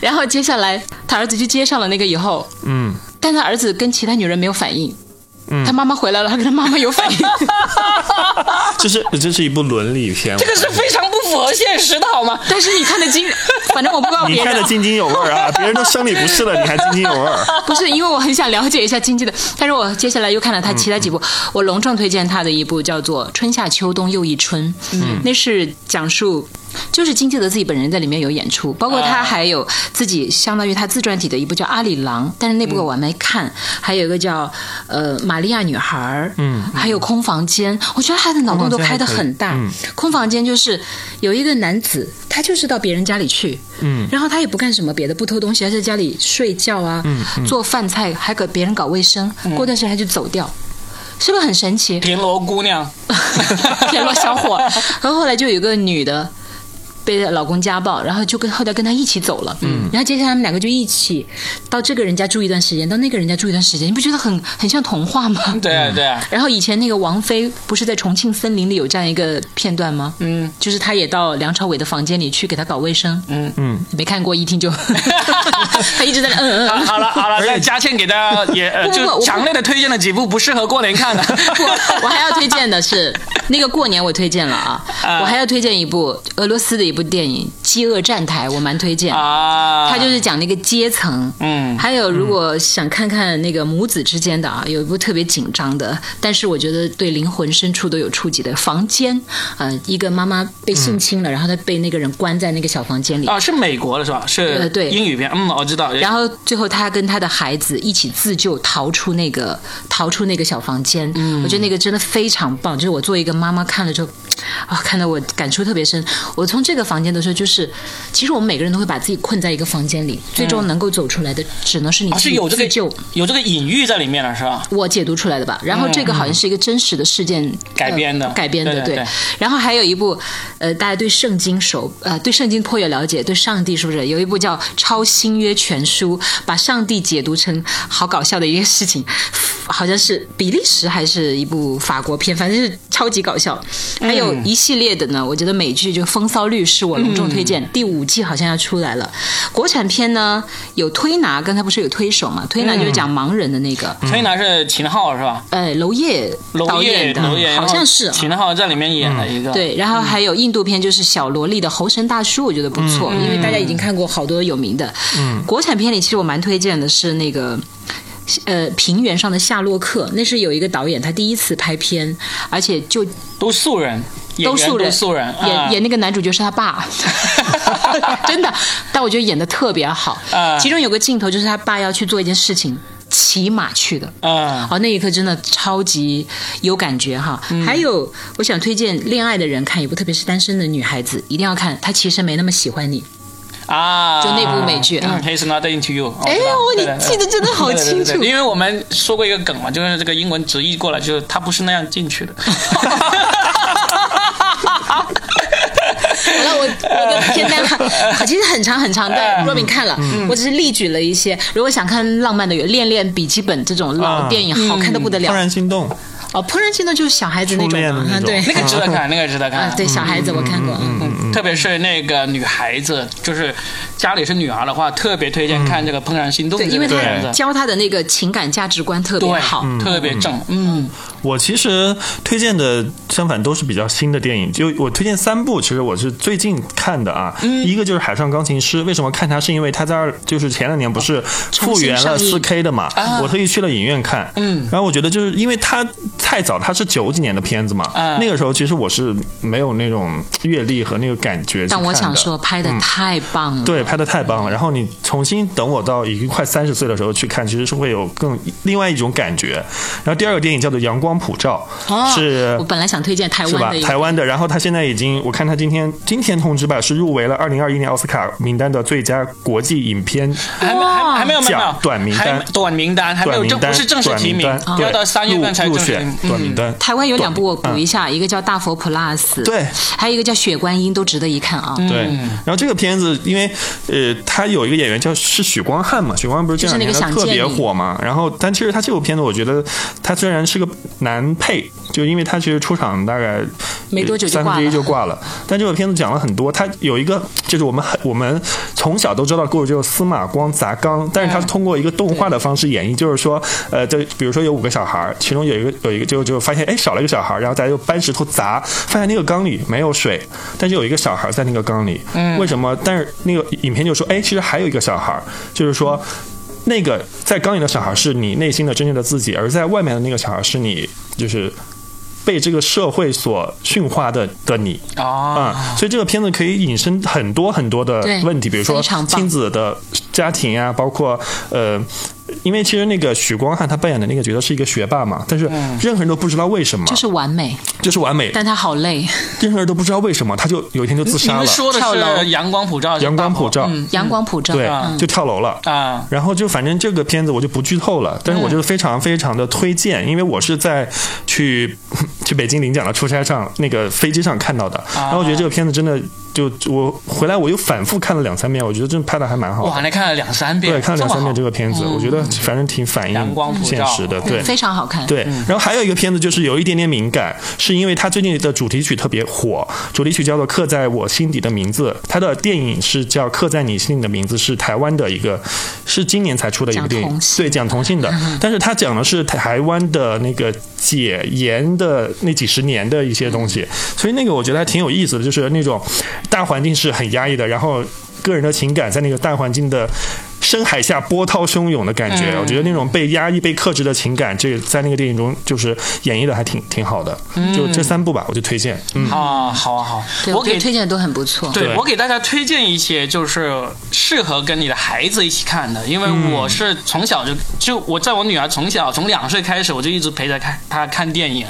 S2: 然后接下来他儿子就接上了那个以后，
S3: 嗯，
S2: 但他儿子跟其他女人没有反应。他妈妈回来了，他跟他妈妈有反应。
S3: 这是这是一部伦理片，
S1: 这个是非常不符合现实的好吗？
S2: 但是你看得津，反正我不知道
S3: 你
S2: 别
S3: 看
S2: 人
S3: 得
S2: 啊，
S3: 津津有味儿啊，别人都生理不适了，你还津津有味儿。
S2: 不是因为我很想了解一下经济的，但是我接下来又看了他其他几部，我隆重推荐他的一部叫做《春夏秋冬又一春》，嗯，那是讲述。就是金基德自己本人在里面有演出，包括他还有自己相当于他自传体的一部叫《阿里郎》，但是那部我还没看，还有一个叫呃《玛利亚女孩》，嗯，还有《空房间》，我觉得他的脑洞都开得很大。空房间就是有一个男子，他就是到别人家里去，嗯，然后他也不干什么别的，不偷东西，还在家里睡觉啊，做饭菜，还给别人搞卫生，过段时间他就走掉。是不是很神奇？
S1: 田螺姑娘，
S2: 田螺小伙。然后后来就有一个女的被老公家暴，然后就跟后来跟他一起走了。嗯，然后接下来他们两个就一起到这个人家住一段时间，到那个人家住一段时间，你不觉得很很像童话吗？
S1: 对啊对啊，
S2: 然后以前那个王菲不是在重庆森林里有这样一个片段吗？嗯，就是她也到梁朝伟的房间里去给他搞卫生。嗯嗯，没看过一听就， 他一直在那嗯嗯
S1: 好
S2: 嗯。
S1: 好了好了，那佳倩给大 家也呃
S2: 不不不
S1: 就
S2: 我
S1: 强烈的推荐了几部不适合过年看的。
S2: 我我还要推荐的是那个过年我推荐了啊，我还要推荐一部俄罗斯的一部电影《饥饿站台》，我蛮推 荐。
S1: 啊，
S2: 它就是讲那个阶层，
S1: 嗯
S2: 还有如果想看看那个母子之间的啊，有一部特别紧张的，但是我觉得对灵魂深处都有触及的《房间》，呃，一个妈妈被性侵了，
S1: 嗯
S2: 然后她被那个人关在那个小房间里，
S1: 啊，是美国的是吧？是
S2: 呃对
S1: 英语片，嗯，我知道。
S2: 然后最后他跟他的孩子一起自救，逃出
S1: 嗯
S2: 那个逃出那个小房间。我觉得那个真的非常棒，就是我作为一个妈妈看了之后，啊，看得我感触特别深。我从这个房间的时候，就是其实我们每个人都会把自己困在一个房间里，最终能够走出来的只能是你
S1: 啊，
S2: 自
S1: 嗯是
S2: 己
S1: 有这
S2: 自
S1: 个
S2: 救。
S1: 有这个隐喻在里面了，是吧？
S2: 我解读出来的吧。然后这个好像是一个真实的事件、
S1: 嗯改
S2: 呃
S1: 编的
S2: 改编的
S1: 对对对
S2: 然后还有一部，呃，大家对圣经熟，呃，对圣经颇有了解，对上帝是不是有一部叫《超新约全书》，把上帝解读成好搞笑的一个事情， 好像是比利时还是一部法国片，反正是超级搞笑。还有
S1: 嗯
S2: 一系列的呢，我觉得美剧就《风骚律师》，我隆重推
S1: 嗯
S2: 荐，第五季好像要出来了。国产片呢有推拿，刚才不是有推手嘛？推拿
S1: 嗯
S2: 就是讲盲人的那个，
S1: 崔楠是秦昊是吧？
S2: 呃，娄烨嗯导
S1: 娄烨，
S2: 演的
S1: 娄烨，，
S2: 好像是啊。嗯
S1: 秦昊在里面演了一个，，
S2: 对，然后还有印度片，就是小萝莉的《猴神大叔》，我觉得不错，
S1: 嗯
S2: 因为大家已经看过好多有名的。嗯，国产片里其实我蛮推荐的是那个。呃，平原上的夏洛克，那是有一个导演，他第一次拍片，而且就
S1: 都素人，演员
S2: 素人，
S1: 都素人，
S2: 演、
S1: 啊
S2: 演那个男主角是 他爸， 真的。但我觉得演的特别好，
S1: 啊
S2: 其中有个镜头就是他爸要去做一件事情，骑马去的，
S1: 啊，
S2: 哦，那一刻真的超级有感觉哈。
S3: 嗯
S2: 还有，我想推荐恋爱的人看一部，特别是单身的女孩子一定要看。她其实没那么喜欢 你。
S1: 啊，
S2: 就那部美剧啊
S1: 嗯，He's not into you 哦。
S2: 哎
S1: 我知道对对
S2: 呦你
S1: 对
S2: 记得真的好
S1: 对对对
S2: 清
S1: 对
S2: 楚
S1: 因为我们说过一个梗嘛，就是这个英文直译过来，就是他不是那样进 去的。
S2: 好了，我我的片单 很其实很长很长，
S3: 嗯
S2: 但若敏看了，我只是例举了一些。如果想看浪漫的，有《恋恋笔记本》这种老
S3: 啊
S2: 电影，好看的不得了
S3: 怦。然心动，
S2: 哦，怦然心动就是小孩子那
S3: 初
S2: 种
S3: 恋
S2: 嘛，
S3: 的那嗯
S2: 啊
S3: 种
S2: 对，
S1: 那个值得看，那个值得
S2: 啊
S1: 看，。
S2: 对，小孩子我看过。嗯
S1: 嗯，特别是那个女孩子，就是家里是女儿的话，特别推荐看这个《怦然心动》
S2: 对，
S1: 这
S2: 因
S1: 个
S2: 为
S1: 片
S2: 他
S1: 子，
S2: 教他的那个情感价值观特别
S1: 对，
S2: 好。
S1: 特别正，嗯，
S3: 我其实推荐的相反都是比较新的电影，就我推荐三部，其实我是最近看的啊。
S2: 嗯
S3: 一个就是《海上钢琴师》，为什么看它？是因为它在二，就是前两年不是
S2: 重
S3: 复
S2: 新
S3: 原
S2: 上
S3: 了
S2: 映啊
S3: 四 K 的嘛，我特意去了影院看。
S1: 嗯，
S3: 然后我觉得就是因为它太早，它是九几年的片子嘛，
S1: 啊
S3: 那个时候其实我是没有那种阅历和那个感觉去
S2: 但我
S3: 看
S2: 想
S3: 的嗯
S2: 说，拍的太棒了。
S3: 对，拍的太棒了。然后你重新等我到已经快三十岁的时候去看，其实是会有更另外一种感觉。然后第二个电影叫做《阳光普照》，
S2: 哦
S3: 是
S2: 我本来想推荐台
S3: 是
S2: 湾
S3: 吧
S2: 的一？个
S3: 台湾的。然后他现在已经，我看他今天今天通知吧，是入围了二零二一年奥斯卡名单的最佳国际影片。
S1: 还没还还没有没有没有
S3: 奖短名单
S1: 还短名单还没
S3: 短
S1: 有
S3: 名
S1: 正
S3: 单
S1: 不是正式
S3: 短
S1: 提名啊
S3: 名单，对
S1: 要到三月份才
S3: 入
S1: 正
S3: 入
S1: 式提
S3: 选
S1: 名。
S3: 短名
S1: 嗯，
S3: 单。
S2: 台湾有两部我补
S3: 嗯
S2: 一下，一个叫《大佛 Plus》，
S3: 对
S2: 还有一个叫《雪观音》，都值得一看
S1: 嗯
S2: 啊。
S3: 对，然后这个片子，因为呃，他有一个演员叫是许光汉嘛，许光汉不是这两年
S2: 就是那
S3: 他
S2: 个想
S3: 特别
S2: 见你
S3: 火嘛。然后，但其实他这部片子，我觉得他虽然是个男配，就因为他其实出场大概
S2: 没多久就
S3: 三
S2: 挂
S3: 分之一
S2: 了
S3: 就挂了。但这个片子讲了很多，他有一个就是我们很我们从小都知道的故事，就是司马光砸缸，但是他通过一个动画的方式演绎，就是说呃，这比如说有五个小孩儿，其中有一个有一个就就发现哎少了一个小孩儿，然后大家就搬石头砸，发现那个缸里没有水，但是有一个小孩儿在那个缸里，为什么？但是那个影片就说哎，其实还有一个小孩儿，就是说。那个在缸里的小孩是你内心的真正的自己，而在外面的那个小孩是你，就是被这个社会所驯化的的你
S1: 哦
S3: 啊、所以这个片子可以引申很多很多的
S2: 对
S3: 问题，比如说
S2: 非常棒
S3: 亲子的家庭啊，包括呃。因为其实那个许光汉他扮演的那个角色是一个学霸嘛，但是任何人都不知道为什么，
S2: 嗯就是完美，
S3: 就是完美，
S2: 但他好累。
S3: 任何人都不知道为什么，他就有一天就自
S1: 你
S3: 杀了
S1: 们，说的
S2: 跳楼
S1: 是阳光普照，
S3: 阳光普照，
S2: 阳光普照，
S3: 对，
S1: 嗯
S3: 就跳楼了。
S1: 啊，
S3: 然后就反正这个片子我就不剧透了，但是我
S1: 嗯
S3: 就非常非常的推荐，因为我是在去 去北京领奖的出差上那个飞机上看到的，
S1: 啊
S3: 然后我觉得这个片子真的就我回来我又反复看了两三遍，我觉得真的拍的还蛮好
S1: 哇，
S3: 的。
S1: 那看了两三遍，
S3: 对，看了两三遍这
S1: 这么嗯
S3: 个片子，我觉得反正挺反
S1: 阳光
S3: 映
S1: 普照
S3: 现实的，对。
S2: 嗯非常好看。嗯
S3: 对，然后还有一个片子就是有一点点敏感，是因为它最近的主题曲特别火，主题曲叫做《刻在我心底的名字》，它的电影是叫《刻在你心底的名字》，是台湾的一个，是今年才出的一部
S2: 讲
S3: 电影
S2: 同，嗯性
S3: 对，讲同性的，但是它讲的是台湾的那个解严的那几十年的一些东
S2: 嗯
S3: 西，所以那个我觉得还挺有意思的，就是那种大环境是很压抑的，然后个人的情感在那个大环境的。深海下波涛汹涌的感
S2: 嗯
S3: 觉。我觉得那种被压抑、被克制的情感，这个在那个电影中就是演绎的还挺挺好的。就这三部吧，我就推荐。嗯，
S1: 啊，嗯好啊好，
S2: 对
S1: 我
S2: 觉
S1: 给
S2: 得推荐的都很不错。
S1: 对
S3: 对
S1: 我给大家推荐一些就是适合跟你的孩子一起看的，因为我是从小就就我在我女儿从小从两岁开始我就一直陪着看她看电影，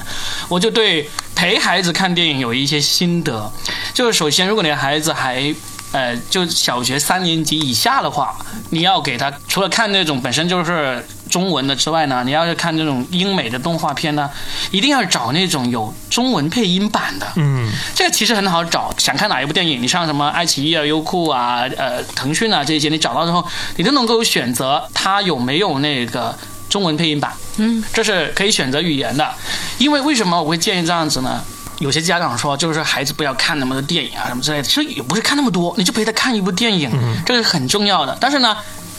S1: 我就对陪孩子看电影有一些心得。就是首先，如果你的孩子还呃，就小学三年级以下的话，你要给他除了看那种本身就是中文的之外呢，你要是看这种英美的动画片呢，一定要找那种有中文配音版的。
S3: 嗯，
S1: 这个其实很好找，想看哪一部电影，你上什么爱奇艺啊、优酷啊、呃腾讯啊这些，你找到之后，你都能够选择它有没有那个中文配音版。
S2: 嗯，
S1: 这是可以选择语言的，因为为什么我会建议这样子呢？有些家长说，就是孩子不要看那么多电影啊什么之类的，其实也不是看那么多，你就陪他看一部电影，这个是很重要的。但是呢，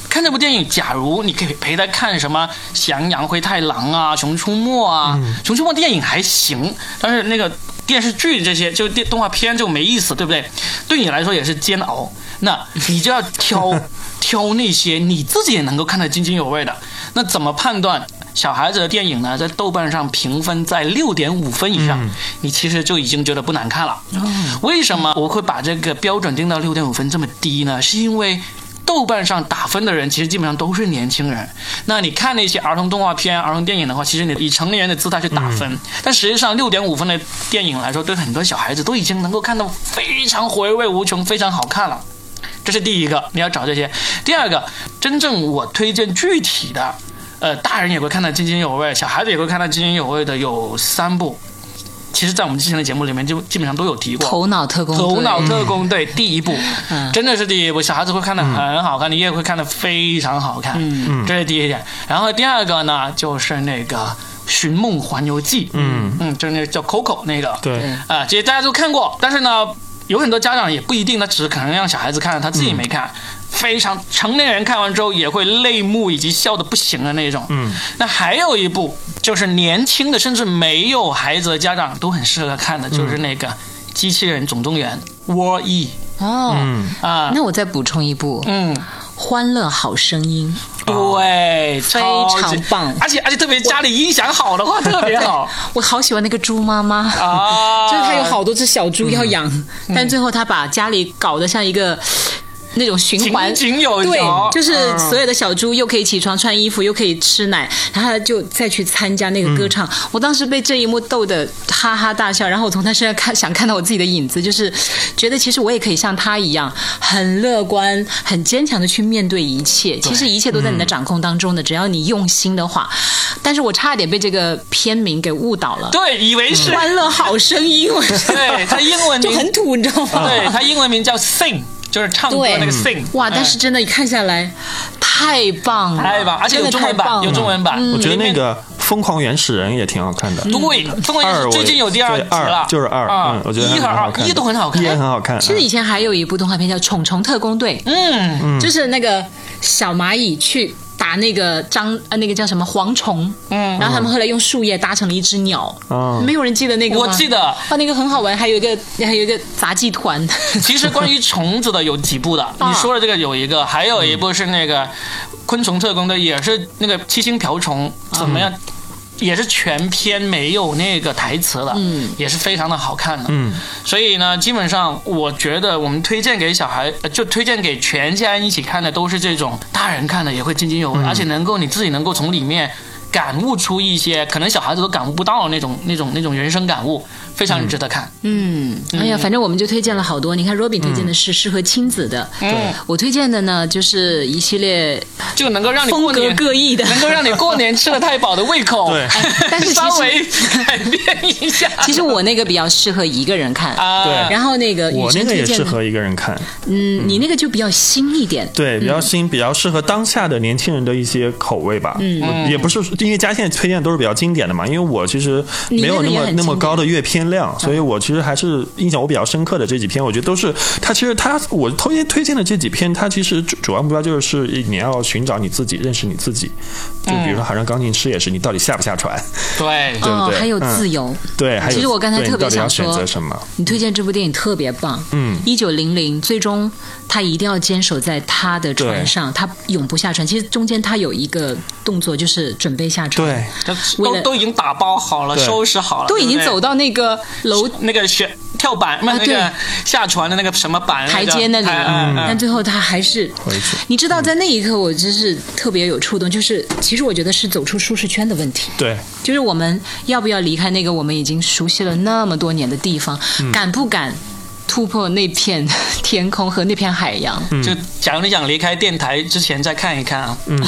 S1: 看这部电影，假如你可以陪他看什么《降阳灰太狼》啊，《熊出没》啊，熊出没》电影还行，但是那个电视剧这些就电动画片就没意思，对不对？对你来说也是煎熬，那你就要挑挑那些你自己也能够看得津津有味的。那怎么判断小孩子的电影呢？在豆瓣上评分在六点五分以上，你其实就已经觉得不难看了。为什么我会把这个标准定到六点五分这么低呢？是因为豆瓣上打分的人其实基本上都是年轻人。那你看那些儿童动画片、儿童电影的话，其实你以成年人的姿态去打分，但实际上六点五分的电影来说，对很多小孩子都已经能够看到非常回味无穷、非常好看了。这是第一个，你要找这些。第二个，真正我推荐具体的，呃，大人也会看得津津有味，小孩子也会看得津津有味的有三部。其实，在我们之前的节目里面，就基本上都有提过。
S2: 头脑特工队，
S1: 头脑特工队第一部，真的是第一部，小孩子会看的很好看，你也会看的非常好看，嗯，这是第一点。然后第二个呢，就是那个《寻梦环游记》，
S3: 嗯
S1: 嗯，就是那个叫 Coco 那个，
S3: 对，
S1: 啊，其实大家都看过，但是呢，有很多家长也不一定，他只是可能让小孩子看，他自
S2: 嗯
S1: 己没看。非常成年人看完之后也会泪目以及笑的不行的那种。
S3: 嗯，
S1: 那还有一部就是年轻的，甚至没有孩子的家长都很适合看的，就是
S2: 嗯
S1: 那个《机器人总动员》War E
S2: 哦。
S3: 嗯，
S1: 啊，
S2: 那我再补充一部《
S1: 嗯，
S2: 欢乐好声音
S1: 对，非
S2: 哦非常棒
S1: 而且而且特别家里音响好的 话特别好》，
S2: 我好喜欢那个猪妈妈
S1: 啊，嗯
S2: 就是她有好多只小猪要养，但最后她把家里搞得像一个那种循环
S1: 井。井有
S2: 对
S1: 条，，嗯
S2: 就是所有的小猪又可以起床穿衣服，又可以吃奶，然后她就再去参加那个歌
S1: 嗯
S2: 唱。我当时被这一幕逗得哈哈大笑，然后我从她身上看想看到我自己的影子，就是觉得其实我也可以像她一样，很乐观、很坚强的去面对一切。其实一切都在你的掌控当中的，只要你用心的话。但是我差点被这个片名给误导了。
S1: 对，以为是
S2: 欢乐好声音，我
S1: 对他英文名
S2: 嗯就很土，你知道 吗？
S1: 对，它英文名叫 Sing，就是唱歌
S2: 对嗯
S1: 那个 Sing。
S2: 哇！但是真的，一看下来，太棒了，
S1: 哎太棒，而且有
S2: 真的
S1: 中
S2: 太
S1: 文版，
S2: 棒
S1: 有
S2: 了嗯
S1: 中文版。
S3: 我觉得
S1: 里
S3: 那
S1: 面
S3: 个《疯狂原始人》也挺好看的。
S1: 对，中文
S3: 二
S1: 是
S3: 我
S1: 最近有第二集
S3: 对二
S1: 了，
S3: 就是二
S1: 啊
S3: 嗯我觉得
S1: 一和
S3: 还蛮好
S1: 二
S3: 看的
S1: 一都很好看
S3: 也。很好看。
S2: 其实以前还有一部动画片叫《虫虫特工队》，
S1: 嗯，
S2: 就是那个小蚂蚁去打那个张呃那个叫什么蝗虫，嗯，然后他们后来用树叶搭成了一只鸟，
S3: 嗯
S2: 没有人记得那个吗，
S1: 我记得。
S2: 哦，那个很好玩，还有一个还有一个杂技 团，
S1: 其实关于虫子的有几部的，
S2: 啊
S1: 你说的这个有一个，还有一
S3: 嗯
S1: 部是那个《昆虫特工队》，也是那个七星瓢虫
S2: 啊
S1: 怎么样，也是全篇没有那个台词的，
S2: 嗯，
S1: 也是非常的好看的，
S3: 嗯，
S1: 所以呢，基本上我觉得我们推荐给小孩，呃就推荐给全家人一起看的，都是这种大人看的也会津津有
S2: 嗯
S1: 味，而且能够你自己能够从里面感悟出一些可能小孩子都感悟不到的那种那种那种人生感悟，非常值得看。
S2: 嗯，哎呀，反正我们就推荐了好多。你看，Robin 推荐的是适合亲子的，
S1: 嗯，
S2: 我推荐的呢就是一系列
S1: 就能够让你
S2: 嗯风
S1: 过
S2: 格
S1: 年
S2: 各异的。
S1: 能够让你过年吃的太饱的胃口，
S3: 对
S2: 哎但是其实
S1: 稍微改变一下。
S2: 其实我那个比较适合一个人看，
S1: 啊，
S3: 对
S2: 然后那个雨
S3: 我那
S2: 辰
S3: 个
S2: 推
S3: 也
S2: 荐
S3: 适
S2: 的，
S3: 合一个人看，
S2: 嗯，你那个就比较新一点。
S3: 对，比较新，比较适合当下的年轻人的一些口味吧。嗯，也不是因为家现在推荐的都是比较经典的嘛，因为我其实没有那
S2: 你那个也
S3: 么
S2: 很
S3: 那么高的阅片
S2: 啊
S3: 量，所以我其实还是印象我比较深刻的这几篇，我觉得都是他其实他我推推荐的这几篇，他其实主主要目标就是你要寻找你自己，认识你自己。就比如说，好像钢琴师也是，你到底下不下船，
S1: 对，
S3: 对不
S2: 哦，
S3: 对？
S2: 还有
S3: 嗯
S2: 自由。
S3: 对，还有
S2: 其实我刚才
S3: 对
S2: 特别
S3: 你到底要
S2: 想说
S3: 选择什么？
S2: 你推荐这部电影特别棒，
S3: 嗯，
S2: 一九零零，最终他一定要坚守在他的船上，他永不下船。其实中间他有一个动作，就是准备下船，
S3: 对，
S1: 这
S2: 为
S1: 都
S2: 了
S1: 都已经打包好了，
S3: 对
S1: 收拾好了，
S2: 都已经
S1: 对不
S2: 走
S1: 对
S2: 到那个楼
S1: 那个悬跳板，不是
S2: 啊
S1: 那
S2: 对
S1: 个下船的那个什么板
S2: 台阶
S1: 那
S2: 那里
S1: 个台
S2: 了，
S1: 嗯嗯
S2: 但最后他还是
S3: 回去，
S2: 你知道，在那一刻我真是特别有触动，就是其实我觉得是走出舒适圈的问题。
S3: 对，
S2: 就是我们要不要离开那个我们已经熟悉了那么多年的地方，敢不敢突破那片天空和那片海洋？
S1: 嗯就假如你想离开电台之前再看一看啊。嗯。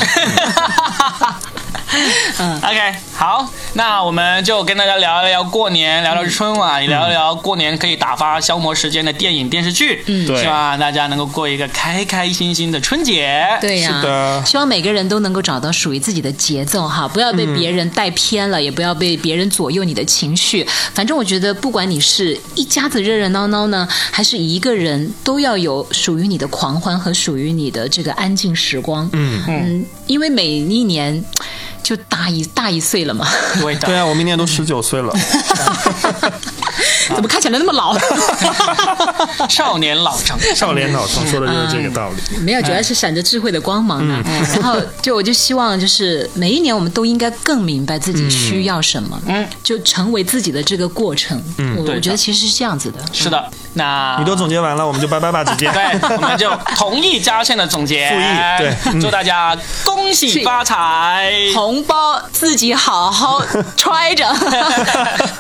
S1: OK，好，
S2: 嗯
S1: 那我们就跟大家聊一聊过年，聊聊春晚，
S2: 嗯
S1: 也聊一聊过年可以打发消磨时间的电影、电视剧，嗯
S3: 对
S1: 希望大家能够过一个开开心心的春节。
S2: 对呀、
S3: 是的
S2: 希望每个人都能够找到属于自己的节奏哈，不要被别人带偏了，也不要被别人左右你的情绪。反正我觉得，不管你是一家子热热闹闹呢，还是一个人，都要有属于你的狂欢和属于你的这个安静时光。嗯嗯，因为每一年就大一大一岁 了嘛，
S1: 对
S3: 对
S1: 的，
S3: 啊，我明年都十九岁了，
S2: 怎么看起来那么 老？
S1: 少年老成。
S3: 少年脑中说的就是这个道理。
S2: 没有，主要是闪着智慧的光芒呢。哎然后就我就希望，就是每一年我们都应该更明白自己需要什么，嗯，就成为自己的这个过程。嗯，我
S1: 对
S2: 我
S1: 的
S2: 觉得其实是这样子的。
S1: 是的，那
S3: 你都总结完了，我们就拜拜吧，直接。
S1: 对，我们就同意嘉倩的总结，
S3: 复议对嗯
S1: 祝大家恭喜发财。
S2: 红包自己好好揣 着，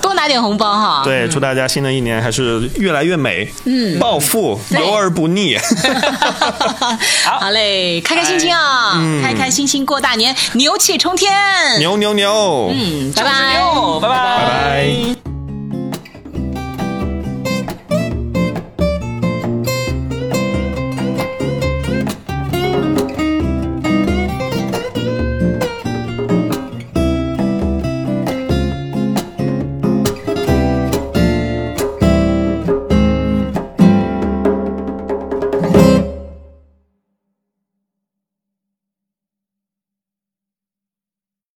S2: 多拿点红包哈。，
S3: 对，祝大家新的一年还是越来越美，嗯，暴富，
S2: 对
S3: 油而不腻。
S2: 好嘞，开开心心啊，开开心心过大年，牛气冲天。
S3: 牛牛牛！
S2: 嗯，
S1: 九
S2: 拜
S1: 十
S2: 拜。
S1: 六，拜拜
S3: 拜拜